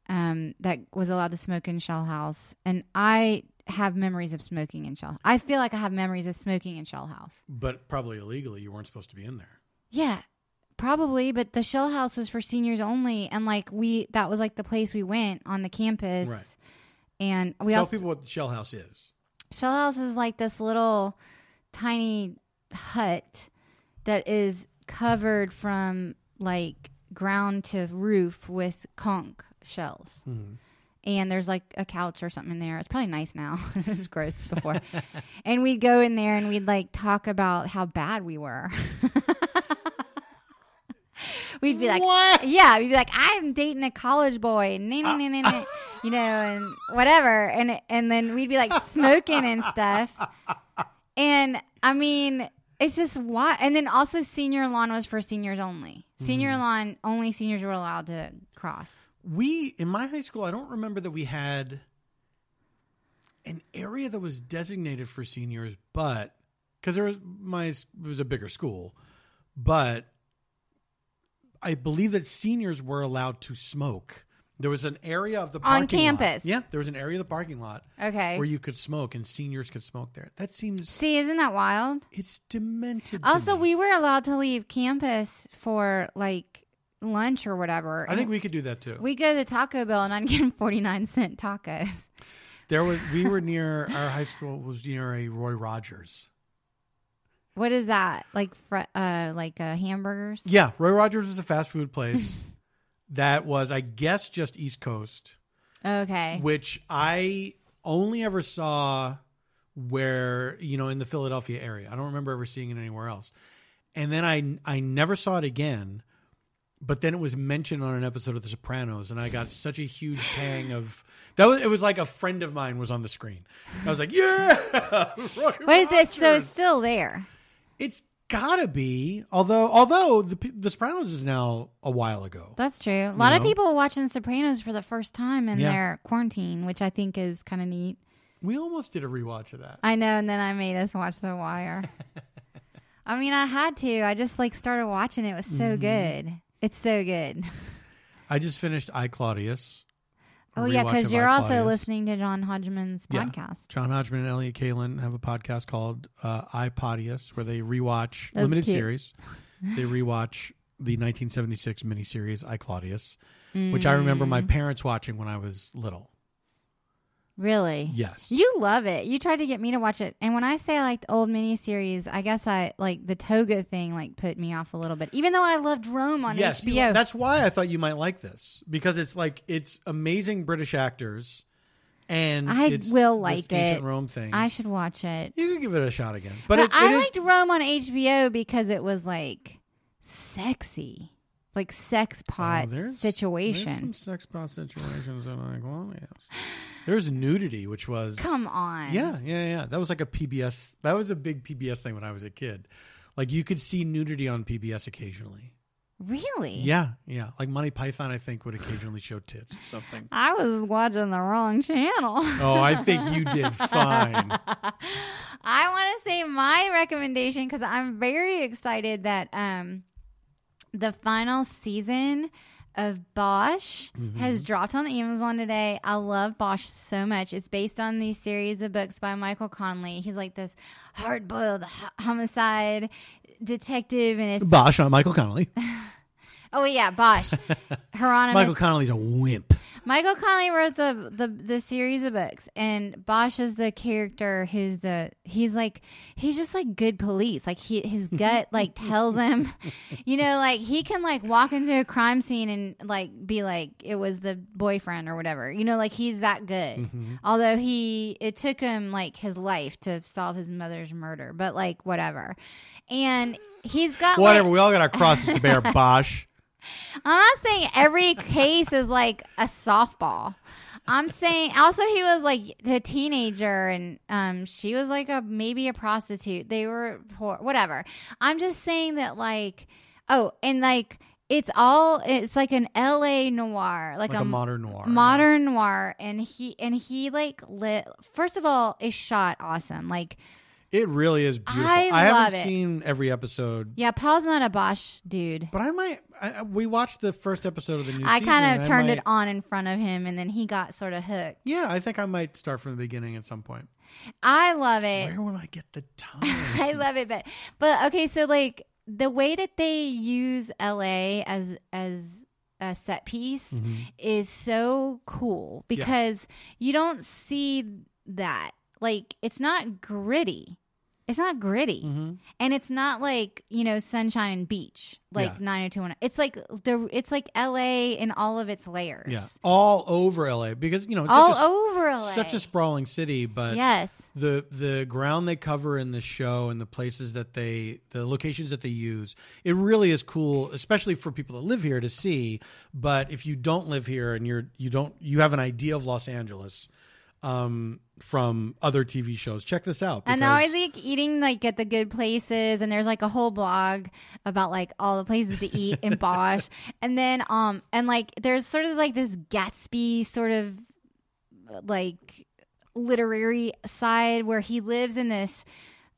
A: um, that was allowed to smoke in Shell House, and I have memories of smoking in Shell. I feel like I have memories of smoking in Shell House.
B: But probably illegally, you weren't supposed to be in there.
A: Yeah, probably, but the Shell House was for seniors only, and like we that was like the place we went on the campus.
B: Right.
A: And we
B: Tell
A: also
B: people what the shell house is.
A: Shell House is like this little tiny hut that is covered from like ground to roof with conch shells. And there's like a couch or something in there. It's probably nice now. it was gross before. and we'd go in there and we'd like talk about how bad we were. we'd be like,
B: What?
A: yeah, we'd be like, I'm dating a college boy, nah, nah, nah, nah, nah, you know, and whatever, and and then we'd be like smoking and stuff, and I mean, it's just why. And then also, senior lawn was for seniors only. Senior lawn only seniors were allowed to cross.
B: we in my high school i don't remember that we had an area that was designated for seniors but because there was my it was a bigger school but i believe that seniors were allowed to smoke there was an area of the
A: On
B: parking lot.
A: campus.
B: yeah there was an area of the parking lot
A: Okay.
B: where you could smoke and seniors could smoke there that seems
A: See, isn't that wild?
B: it's demented to
A: Also,
B: me.
A: we were allowed to leave campus for like lunch or whatever.
B: i think we could do that too
A: we go to Taco Bell and I'm getting 49 cent tacos.
B: there was we were near our high school was near a roy rogers
A: What is that? Like fr- uh like uh hamburgers?
B: Yeah, Roy Rogers was a fast food place that was, I guess, just East Coast,
A: Okay.
B: which I only ever saw where you know in the Philadelphia area. I don't remember ever seeing it anywhere else. And then I I never saw it again. But then it was mentioned on an episode of The Sopranos, and I got such a huge pang of that. Was it was like a friend of mine was on the screen. I was like, yeah. Roy
A: What is this? So
B: Rogers."
A: it's still there.
B: It's gotta be. Although, although the P- the Sopranos is now a while ago.
A: That's true. A lot of
B: know?
A: people watching Sopranos for the first time in
B: Yeah.
A: their quarantine, which I think is kind of neat.
B: We almost did a rewatch of that.
A: I know, and then I made us watch The Wire. I mean, I had to. I just like started watching. It It was so
B: Mm-hmm.
A: good. It's so good.
B: I just finished I Claudius. a
A: Oh yeah,
B: rewatch
A: because
B: of
A: you're
B: I,
A: also
B: Claudius.
A: listening to John Hodgman's
B: Yeah.
A: podcast.
B: John Hodgman and Elliot Kalin have a podcast called uh, I Podius, where they rewatch
A: That's
B: limited
A: cute.
B: series. They rewatch the 1976 miniseries I Claudius, which I remember
A: Mm.
B: my parents watching when I was little.
A: Really?
B: Yes,
A: You love it. You tried to get me to watch it. And when I say I like the old miniseries, I guess I like the toga thing like put me off a little bit. Even though I loved Rome on
B: yes. you-
A: HBO.
B: that's why I thought you might like this because it's like it's amazing British actors, and
A: I
B: it's
A: will
B: this
A: like it.
B: ancient Rome thing.
A: I should watch it.
B: you could give it a shot again, but,
A: But,
B: it's,
A: I
B: it is-
A: liked Rome on HBO because it was like sexy. Like sex pot
B: Oh, there's- There's some
A: situation.
B: sex pot situations in Iglonias. There's nudity, which was
A: Come on.
B: yeah, yeah, yeah. That was like a PBS. That was a big PBS thing when I was a kid. Like you could see nudity on PBS occasionally.
A: Really?
B: Yeah, yeah. Like Monty Python, I think would occasionally show tits or something.
A: I was watching the wrong channel.
B: Oh, I think you did fine.
A: I want to say my recommendation because I'm very excited that um, the final season of Bosch has dropped on Amazon today. I love Bosch so much. It's based on these series of books by Michael Conley. He's like this hard boiled homicide detective, and it's
B: Bosh on Michael Connolly.
A: oh yeah, Bosch. Hieronymus
B: Michael Connolly's a wimp.
A: Michael Conley wrote the, the the series of books, and Bosch is the character who's the he's like he's just like good police. Like he his gut like tells him, you know, like he can like walk into a crime scene and like be like it was the boyfriend or whatever. You know, like he's that good. Although he it took him like his life to solve his mother's murder, but like whatever, and he's got like-
B: Whatever. We all got our crosses to bear. Bosh.
A: I'm not saying every case is like a softball. I'm saying also he was like a teenager and um she was like a maybe a prostitute. They were poor, whatever. I'm just saying that like oh and like it's all it's like an LA noir like,
B: Like a
A: m-
B: modern noir.
A: modern noir and he and he like lit first of all is shot awesome like
B: It really is beautiful. I,
A: I love
B: haven't
A: it.
B: seen every episode,
A: yeah Paul's not a Bosch dude
B: but I might. I, I- we watched the first episode of the new
A: I
B: season.
A: kind
B: and
A: of
B: I
A: turned it
B: might-
A: on in front of him and then he got sort of hooked
B: Yeah, I think I might start from the beginning at some point.
A: I love it.
B: Where will I get the time?
A: I love it, but but okay, so like the way that they use LA as as a set piece
B: Mm. Mm-hmm,
A: is so cool because you don't see that. Like it's not gritty. It's not gritty.
B: Mhm.
A: And it's not like, you know, sunshine and beach, like
B: Yeah.
A: 90210. It's like the it's like LA in all of its layers.
B: Yeah, all over LA because you know it's
A: All
B: such a,
A: over LA.
B: such a uh, sprawling city, but
A: Yes.
B: the the ground they cover in the show and the places that they the locations that they use it really is cool especially for people that live here to see but if you don't live here and you're you don't you have an idea of los angeles um from other tv shows check this out
A: And they're always
B: because-
A: like eating like at the good places, and there's like a whole blog about like all the places to eat in Bosch, and then um and like there's sort of like this Gatsby sort of like literary side where he lives in this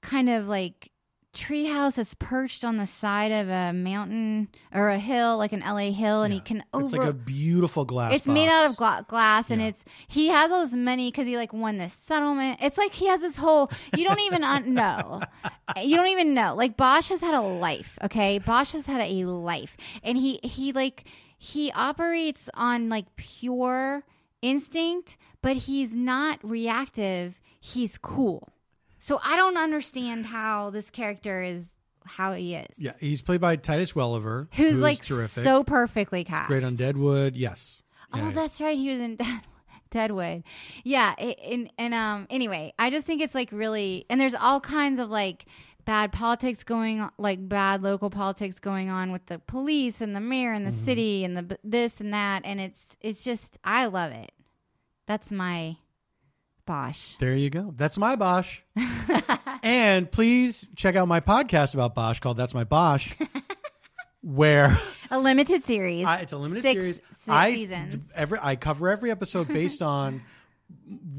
A: kind of like treehouse that's perched on the side of a mountain or a hill, like an LA hill, and he
B: Yeah.
A: can over
B: it's like a beautiful glass
A: it's made out of
B: box.
A: gla- glass and
B: Yeah.
A: it's he has all this money because he like won this settlement it's like he has this whole you don't even un- know you don't even know like bosch has had a life okay bosch has had a life and he he like he operates on like pure instinct but he's not reactive he's cool so i don't understand how this character is how he is
B: yeah he's played by titus welliver
A: who's, like
B: terrific
A: so perfectly cast
B: great on deadwood yes
A: Oh,
B: Yeah, yeah.
A: that's right. He was in Dead, Deadwood. Yeah. i- And and um. Anyway, I just think it's like really, and there's all kinds of like bad politics going, on, like bad local politics going on with the police and the mayor and the
B: Mm-hmm.
A: city and the b- this and that, and it's it's just I love it. That's my Bosch.
B: There you go. That's my Bosch. and please check out my podcast about Bosch called That's My Bosch, where
A: A limited series.
B: I, it's a limited
A: Six-
B: series.
A: six
B: I
A: seasons.
B: every I cover every episode based on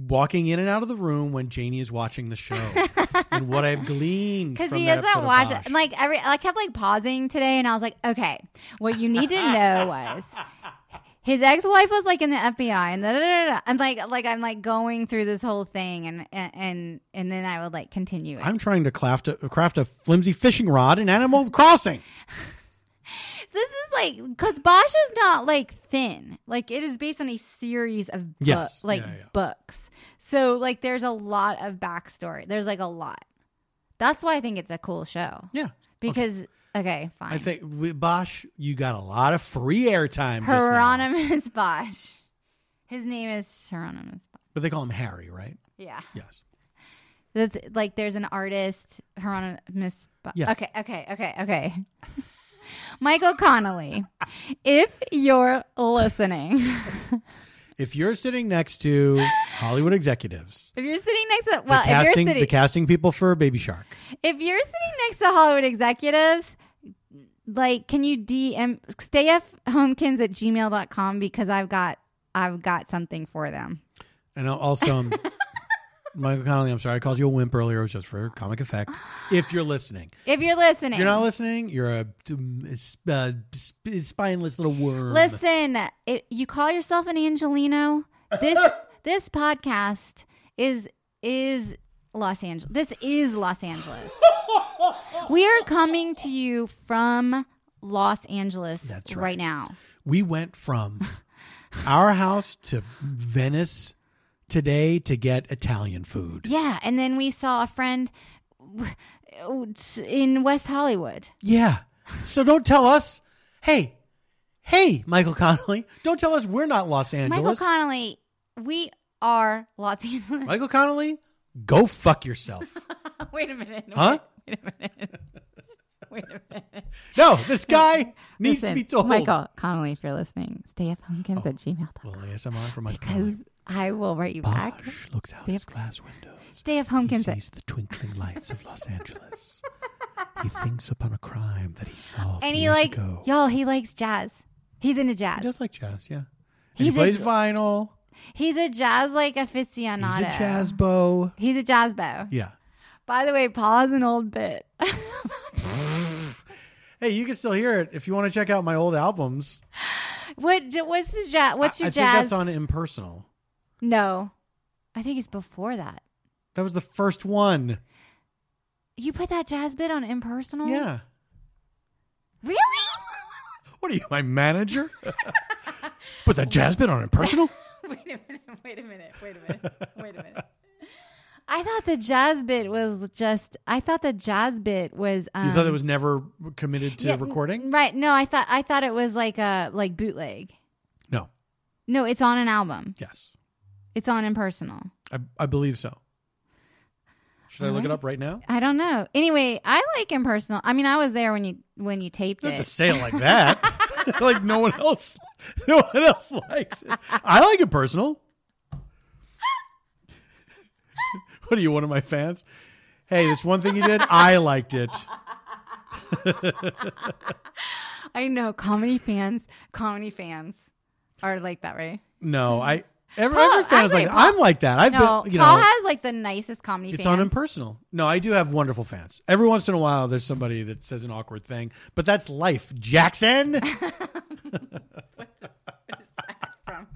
B: walking in and out of the room when Janie is watching the show and what I've gleaned
A: because
B: from
A: he
B: that episode
A: doesn't
B: of
A: watch
B: Bosch.
A: it. Like every, I kept like pausing today, and I was like, okay, what you need to know was his ex-wife was like in the FBI, and da, da, da, da. and like like I'm like going through this whole thing, and and and then I would like continue it.
B: I'm trying to craft a, craft a flimsy fishing rod in Animal Crossing.
A: this is like because Bosch is not like thin. Like it is based on a series of book,
B: Yes.
A: like
B: Yeah, yeah.
A: books. So like there's a lot of backstory. There's like a lot. That's why I think it's a cool show
B: Yeah.
A: because okay, fine.
B: I think with Bosch, you got a lot of free airtime. just now.
A: Hieronymus Bosch. His name is Hieronymus Bosch.
B: But they call him Harry, right?
A: Yeah.
B: Yes.
A: That's like there's an artist, Hieronymus Bosch.
B: Yes.
A: Okay, okay, okay, okay. Michael Connolly, if you're listening,
B: If you're sitting next to Hollywood executives,
A: If you're sitting next to well,
B: the
A: if you're
B: casting
A: sitting
B: the casting people for Baby Shark,
A: if you're sitting next to Hollywood executives, like can you DM stayfhomekins at gmail.com because I've got I've got something for them.
B: and I'll- also um, Michael Connolly, I'm sorry I called you a wimp earlier. It was just for comic effect. If you're listening,
A: If you're listening.
B: if you're not listening, you're a um, s- uh, sp- spineless little worm.
A: Listen, it, you call yourself an Angelino. This this podcast is is Los Angeles. This is Los Angeles. we are coming to you from Los Angeles
B: That's
A: right
B: right.
A: now.
B: We went from our house to Venice today to get Italian food.
A: Yeah, and then we saw a friend w- in West Hollywood.
B: Yeah. So don't tell us, hey, hey, Michael Connolly, don't tell us we're not Los
A: Michael
B: Angeles.
A: Connolly, we are Los Angeles.
B: Michael Connolly, go fuck yourself.
A: wait a minute.
B: Huh?
A: Wait a minute. Wait a minute.
B: no, this guy needs to
A: Listen,
B: be told. Oh.
A: Michael Connolly, if you're listening, stay at pumpkins at gmail.com.
B: Well, ASMR for Michael
A: Because
B: Connolly.
A: I will write you back.
B: Bosh looks out his glass windows.
A: Stay at
B: He
A: pumpkins at
B: sees the twinkling lights of Los Angeles. He thinks upon a crime that he solved
A: and he
B: years
A: like
B: ago.
A: y'all, he likes jazz. He's into jazz.
B: He does like jazz, yeah. And he
A: He's a-
B: plays vinyl.
A: He's a jazz like aficionado.
B: He's a jazz bow.
A: He's a jazz bow.
B: Yeah.
A: By the way, Paul has an old bit.
B: Hey, you can still hear it if you want to check out my old albums.
A: what what's his jazz? What's
B: I,
A: your
B: I
A: jazz?
B: think that's on Impersonal.
A: no, I think it's before that.
B: That was the first one.
A: You put that jazz bit on impersonal.
B: Yeah.
A: Really?
B: What are you, my manager? Put that jazz bit on Impersonal?
A: wait a minute. Wait a minute. Wait a minute. Wait a minute. I thought the jazz bit was just. I thought the jazz bit was. Um,
B: you thought it was never committed to
A: yeah,
B: recording?
A: Right. No, I thought I thought it was like a like bootleg.
B: No.
A: No, it's on an album.
B: Yes.
A: It's on impersonal.
B: I, I believe so. Should I look
A: Alright.
B: it up right now?
A: I don't know. Anyway, I like impersonal. I mean, I was there when you when you taped
B: You don't
A: it.
B: have to say it like that. like no one else no one else likes it. I like it personal. what are you, one of my fans? Hey, this one thing you did, I liked it.
A: I know comedy fans. Comedy fans are like that, right?
B: No, I every,
A: Paul-
B: every fan is
A: actually,
B: like
A: Paul-
B: I'm like that. I've
A: No,
B: been you
A: Paul
B: know
A: has like the nicest comedy
B: it's
A: fans.
B: on impersonal. No, I do have wonderful fans. Every once in a while there's somebody that says an awkward thing, but that's life, Jackson.
A: from.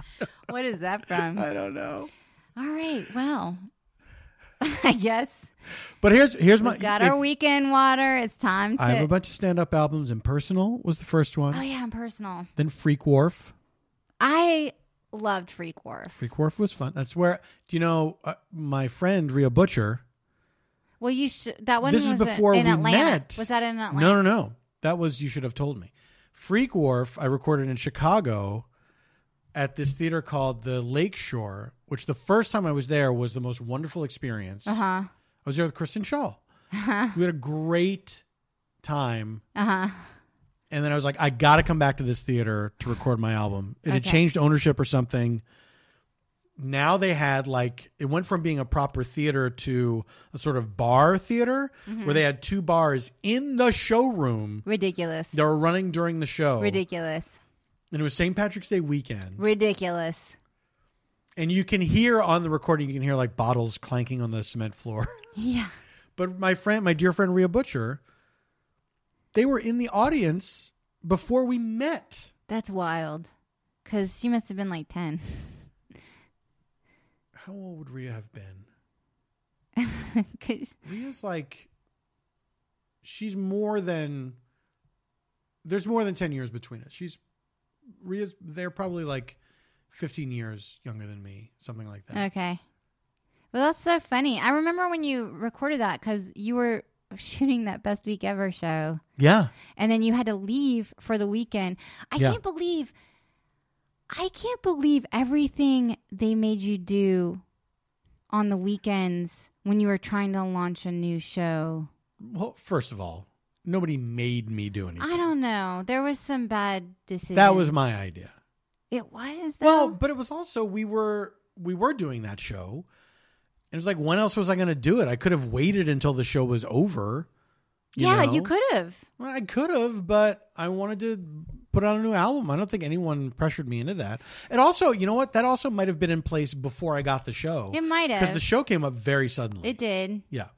A: What is that from?
B: I don't know.
A: All right. Well, I guess
B: But here's here's my
A: we got
B: if-
A: our weekend water. It's time to.
B: I have a bunch of stand-up albums. Impersonal was the first one.
A: oh yeah, I'm personal.
B: Then Freak Wharf.
A: I loved Freak Wharf.
B: Freak Wharf was fun. That's where do you know uh, my friend Rhea Butcher?
A: Well, you should. That one
B: This is
A: was
B: before
A: in
B: we
A: Atlanta.
B: met.
A: Was that in Atlanta?
B: No, no, no. That was you should have told me. Freak Wharf. I recorded in Chicago at this theater called the Lakeshore, which the first time I was there was the most wonderful experience.
A: Uh huh.
B: I was there with Kristen Shaw.
A: Uh huh.
B: We had a great time.
A: Uh huh.
B: And then I was like, I got to come back to this theater to record my album. It had
A: Okay.
B: changed ownership or something. Now they had like, it went from being a proper theater to a sort of bar theater where they had two bars in the showroom
A: Ridiculous.
B: that were running during the show.
A: Ridiculous.
B: And it was St. Patrick's Day weekend.
A: Ridiculous.
B: And you can hear on the recording, you can hear like bottles clanking on the cement floor.
A: Yeah.
B: But my friend, my dear friend Rhea Butcher, they were in the audience before we met.
A: That's wild. Cause she must have been like ten.
B: How old would Rhea have been?
A: 'Cause-
B: Rhea's like she's more than there's more than 10 years between us. She's Rhea's they're probably like 15 years younger than me, something like that.
A: okay. Well, that's so funny. I remember when you recorded that because you were shooting that best week ever show,
B: Yeah.
A: and then you had to leave for the weekend. I
B: Yeah.
A: can't believe. I can't believe everything they made you do on the weekends when you were trying to launch a new show.
B: Well, first of all, nobody made me do anything.
A: I don't know. There was some bad decisions.
B: That was my idea.
A: It was though.
B: Well, but it was also we were we were doing that show. It was like when else was I going to do it? I could have waited until the show was over.
A: yeah,
B: know?
A: you could have.
B: Well, I could have, but I wanted to put out a new album. I don't think anyone pressured me into that. And also, you know what? That also might have been in place before I got the show.
A: It might
B: because
A: have.
B: the show came up very suddenly.
A: it did.
B: Yeah.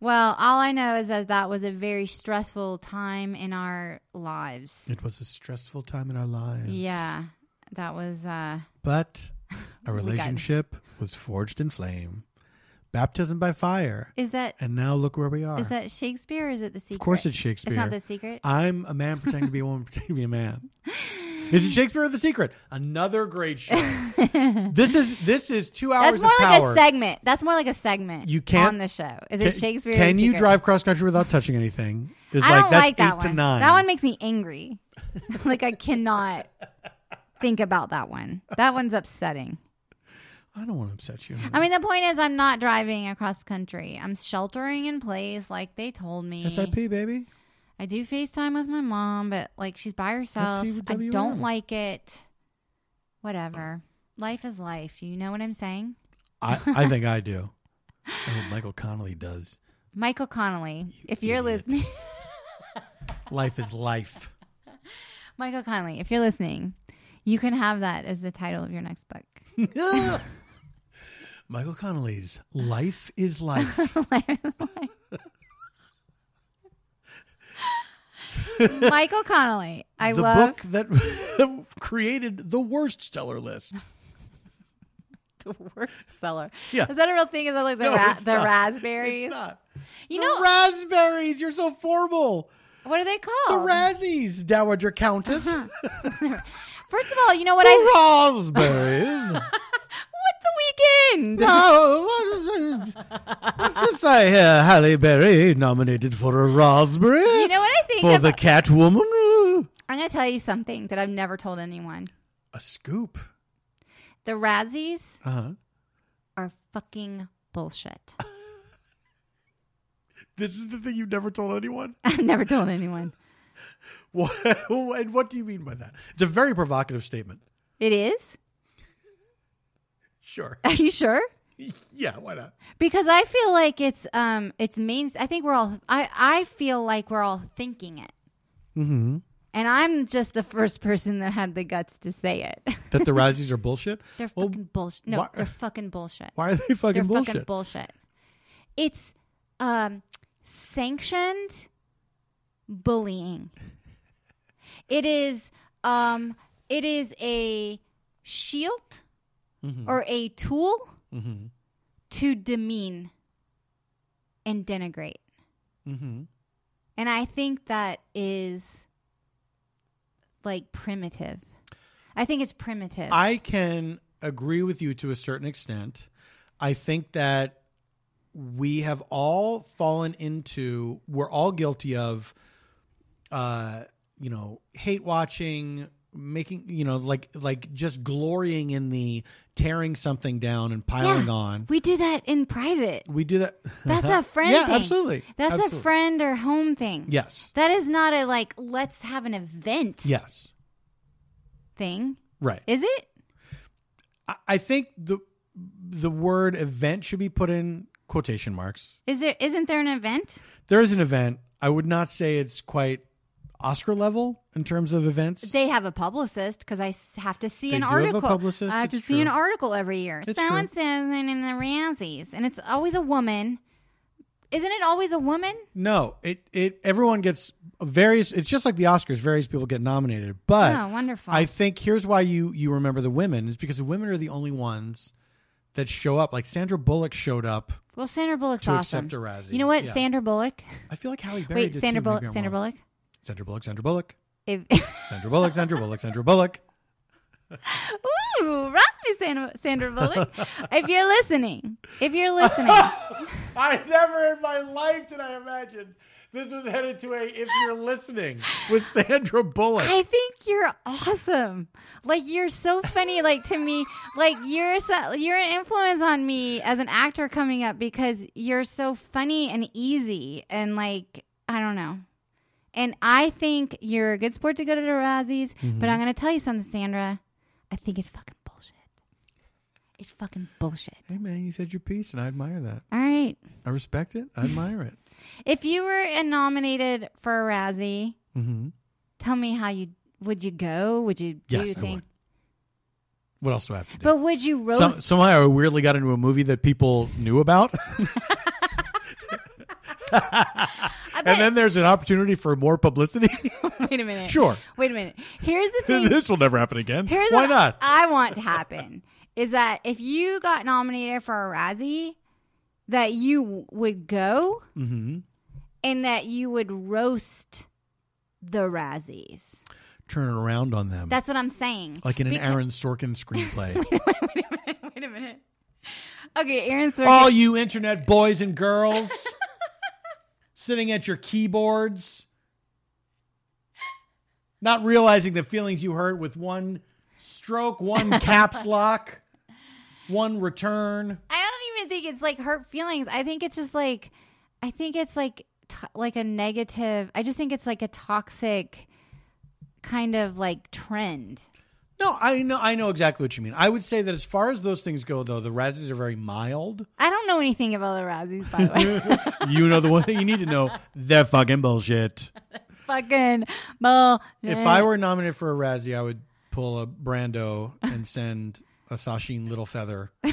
A: Well, all I know is that that was a very stressful time in our lives.
B: It was a stressful time in our lives.
A: Yeah, that was. uh
B: But a
A: got-
B: relationship was forged in flame, baptism by fire,
A: Is that
B: and now look where we are.
A: is that Shakespeare? or Is it the secret?
B: of course, it's Shakespeare. Uh,
A: It's not the secret.
B: I'm a man pretending to be a woman, pretending to be a man. Is it Shakespeare or The Secret? Another great show. this is this is two
A: That's
B: hours
A: more
B: of
A: like
B: power.
A: a segment. That's more like a segment.
B: You can't-
A: on the show. Is
B: Can-
A: it Shakespeare? or
B: Can
A: the
B: you
A: secret?
B: drive cross country without touching anything? It's
A: I
B: like
A: don't
B: that's
A: like that
B: eight
A: one.
B: to nine.
A: That one makes me angry. like I cannot think about that one. That one's upsetting.
B: I don't want to upset you.
A: I mean, the point is, I'm not driving across country. I'm sheltering in place, like they told me.
B: SIP baby.
A: I do FaceTime with my mom, but like she's by herself. I
B: FTWM.
A: don't like it. Whatever. Life is life. You know what I'm saying?
B: I, I think I do. I hope Michael Connolly does.
A: Michael Connolly, if you're
B: idiot.
A: listening,
B: Life is life.
A: Michael Connolly, if you're listening, you can have that as the title of your next book.
B: Michael Connolly's Life is Life.
A: Michael Connolly, I
B: the
A: love
B: book that created the worst seller list.
A: the worst seller.
B: Yeah.
A: Is that a real thing? Is that like the,
B: No,
A: ra-
B: it's
A: the
B: not.
A: raspberries?
B: It's not.
A: You
B: the
A: know-
B: raspberries. You're so formal.
A: What are they
B: The
A: called?
B: Razzies, Dowager Countess.
A: First of all, you know what
B: the
A: Uh-huh. I.
B: raspberries.
A: What's the weekend?
B: Now, what- what's this I hear? Halle Berry nominated for a raspberry
A: You know what I think?
B: for
A: about-
B: the Catwoman.
A: I'm going to tell you something that I've never told anyone.
B: A scoop.
A: The Razzies
B: Uh huh.
A: are fucking bullshit.
B: This is the thing you've never told anyone.
A: I've never told anyone.
B: What, and what do you mean by that? It's a very provocative statement.
A: It is?
B: Sure.
A: Are you sure?
B: yeah. Why not?
A: Because I feel like it's um it's main I think we're all I I feel like we're all thinking it.
B: Mm-hmm.
A: And I'm just the first person that had the guts to say it.
B: That the Razzies are bullshit.
A: they're
B: Well,
A: fucking bullshit. No,
B: why-
A: they're fucking bullshit.
B: Why are they fucking
A: they're
B: bullshit?
A: fucking bullshit. It's um, sanctioned bullying. It is um, it is a shield or a tool
B: mm-hmm.
A: to demean and denigrate.
B: Mm-hmm.
A: And I think that is like primitive. I think it's primitive.
B: I can agree with you to a certain extent. I think that we have all fallen into, we're all guilty of, uh, you know, hate watching, making, you know, like, like just glorying in the tearing something down and piling on.
A: we do that in private.
B: We do that.
A: That's a friend
B: Uh-huh. yeah,
A: thing.
B: absolutely.
A: That's
B: absolutely.
A: a friend or home thing.
B: Yes.
A: That is not a like let's have an event
B: Yes.
A: thing,
B: Right.
A: is it?
B: I- I think the the word event should be put in quotation marks.
A: Is there isn't there an event?
B: There is an event. I would not say it's quite Oscar level in terms of events.
A: They have a publicist because I s- have to see
B: They
A: an
B: do have a
A: article.
B: publicist,
A: I have to
B: it's
A: see an
B: true.
A: article every year.
B: It's
A: Someone says and in the Razzies, and it's always a woman. Isn't it always a woman?
B: no, it it everyone gets various. It's just like the Oscars. Various people get nominated, but
A: oh, wonderful.
B: I think here's why you you remember the women is because the women are the only ones that show up. Like Sandra Bullock showed up.
A: well, Sandra Bullock's
B: to
A: awesome.
B: accept a Razzie,
A: You know what,
B: yeah.
A: Sandra Bullock?
B: I feel like Halle Berry.
A: Wait,
B: did
A: Sandra
B: too. Maybe
A: Bullock.
B: I'm
A: Sandra
B: wrong.
A: Bullock.
B: Sandra Bullock. Sandra Bullock.
A: If-
B: Sandra Bullock. Sandra Bullock. Sandra Bullock.
A: Ooh, rock me, Sandra, Sandra Bullock. if you're listening, if you're listening,
B: I never in my life did I imagine this was headed to a if you're listening with Sandra Bullock.
A: I think you're awesome. Like you're so funny. Like to me, like you're so, you're an influence on me as an actor coming up because you're so funny and easy and like I don't know.
B: Mm-hmm.
A: And I think you're a good sport to go to the Razzies. But I'm gonna tell you something, Sandra. I think it's fucking bullshit. It's fucking bullshit.
B: Hey man, you said your piece, and I admire that.
A: All right.
B: I respect it. I admire it.
A: If you were uh, nominated for a Razzie,
B: Mm-hmm.
A: tell me how you would you go? Would you do
B: Yes,
A: you
B: I
A: think?
B: would. What else do I have to do?
A: But would you roast?
B: Some, somehow I weirdly got into a movie that people knew about.
A: I bet,
B: and then there's an opportunity for more publicity.
A: wait a minute.
B: sure.
A: Wait a minute. Here's the thing.
B: this will never happen again.
A: Here's uh,
B: Why
A: what
B: not?
A: I want to happen is that if you got nominated for a Razzie, that you would go
B: mm-hmm.
A: and that you would roast the Razzies.
B: Turn it around on them.
A: That's what I'm saying.
B: like in an
A: Because-
B: Aaron Sorkin screenplay.
A: wait a minute. Wait a minute. Okay, Aaron Sorkin.
B: All you internet boys and girls sitting at your keyboards, not realizing the feelings you hurt with one stroke, one caps lock, one return.
A: I don't even think it's like hurt feelings. I think it's just like, I think it's like to like a negative. I just think it's like a toxic kind of like trend.
B: No, I know I know exactly what you mean. I would say that as far as those things go though, the Razzies are very mild.
A: I don't know anything about the Razzies, by the way.
B: you know the one thing you need to know. They're fucking bullshit.
A: Fucking bull.
B: If I were nominated for a Razzie, I would pull a Brando and send a Sashin Little Feather, a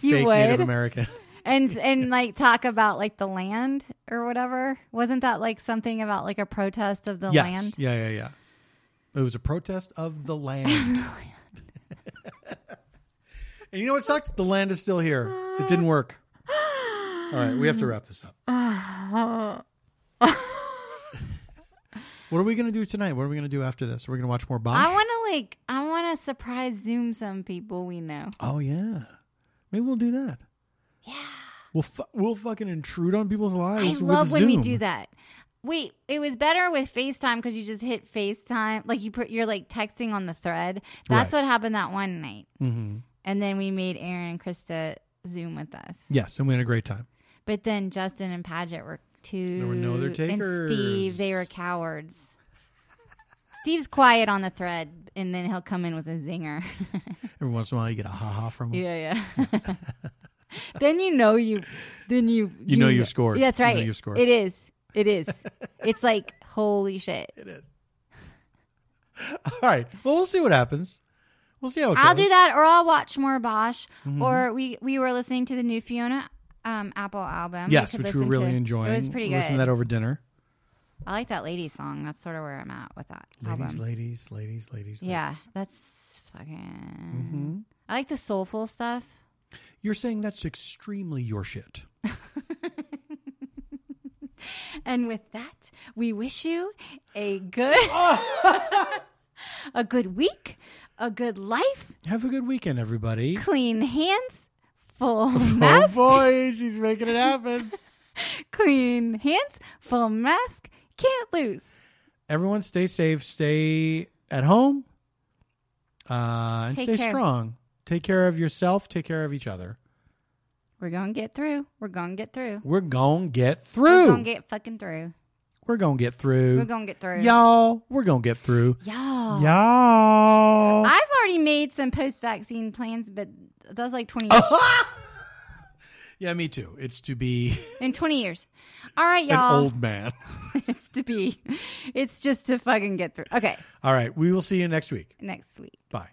A: You
B: fake Native
A: would?
B: American.
A: and and like talk about like the land or whatever, wasn't that like something about like a protest of the
B: yes.
A: land?
B: Yeah, yeah, yeah. It was a protest of the land. and you know what sucks? The land is still here. It didn't work. All right, we have to wrap this up. what are we going to do tonight? What are we going to do after this? We're going to watch more Bosch?
A: I want to like I want to surprise Zoom some people we know.
B: Oh yeah, maybe we'll do that.
A: Yeah.
B: We'll fu- we'll fucking intrude on people's
A: I
B: lives.
A: love
B: with
A: when we
B: Zoom.
A: do that. Wait, it was better with FaceTime because you just hit FaceTime. Like you put, you're like texting on the thread. That's
B: Right.
A: what happened that one night,
B: Mhm.
A: and then we made Aaron and Krista Zoom with us.
B: Yes, and we had a great time.
A: But then Justin and Paget were two.
B: were no other
A: And Steve, they were
B: takers.
A: cowards. Steve's quiet on the thread, and then he'll come in with a zinger.
B: Every once in a while, you get a ha ha from them.
A: yeah, yeah. then you know you. Then you.
B: You know you've scored.
A: That's
B: You know
A: right.
B: you've scored.
A: It is. It is. it's like holy shit.
B: It is. All right. Well, we'll see what happens. We'll see how it
A: I'll
B: goes.
A: do that, or I'll watch more Bosch,
B: Mm-hmm.
A: or we we were listening to the new Fiona um, Apple album.
B: Yes,
A: could
B: which we were
A: listen
B: really
A: to-
B: enjoying.
A: It was pretty
B: We'll Listen to
A: good.
B: that over dinner.
A: I like that lady song. That's sort of where I'm at with that album.
B: Ladies, ladies, ladies, ladies.
A: Yeah, that's fucking. I like the soulful stuff.
B: ladies. You're saying that's extremely your shit.
A: And with that, we wish you a good, a good week, a good life,
B: Have a good weekend, everybody.
A: clean hands, full
B: Oh
A: mask,
B: boy, she's making it happen.
A: clean hands, full mask. Can't lose.
B: everyone stay safe stay at home uh, and
A: Take
B: stay
A: care.
B: strong take care of yourself take care of each other
A: We're gonna get through. We're gonna get through.
B: we're gonna get
A: We're
B: through
A: gonna get fucking through.
B: We're gonna get through
A: We're gonna get through.
B: y'all we're gonna get through
A: Y'all.
B: y'all
A: I've already made some post-vaccine plans, but that's like twenty
B: yeah me too it's to be
A: in twenty years. All right,
B: an
A: y'all.
B: old man
A: it's to be. It's just to fucking get through. Okay,
B: all right we will see you next week
A: next week.
B: bye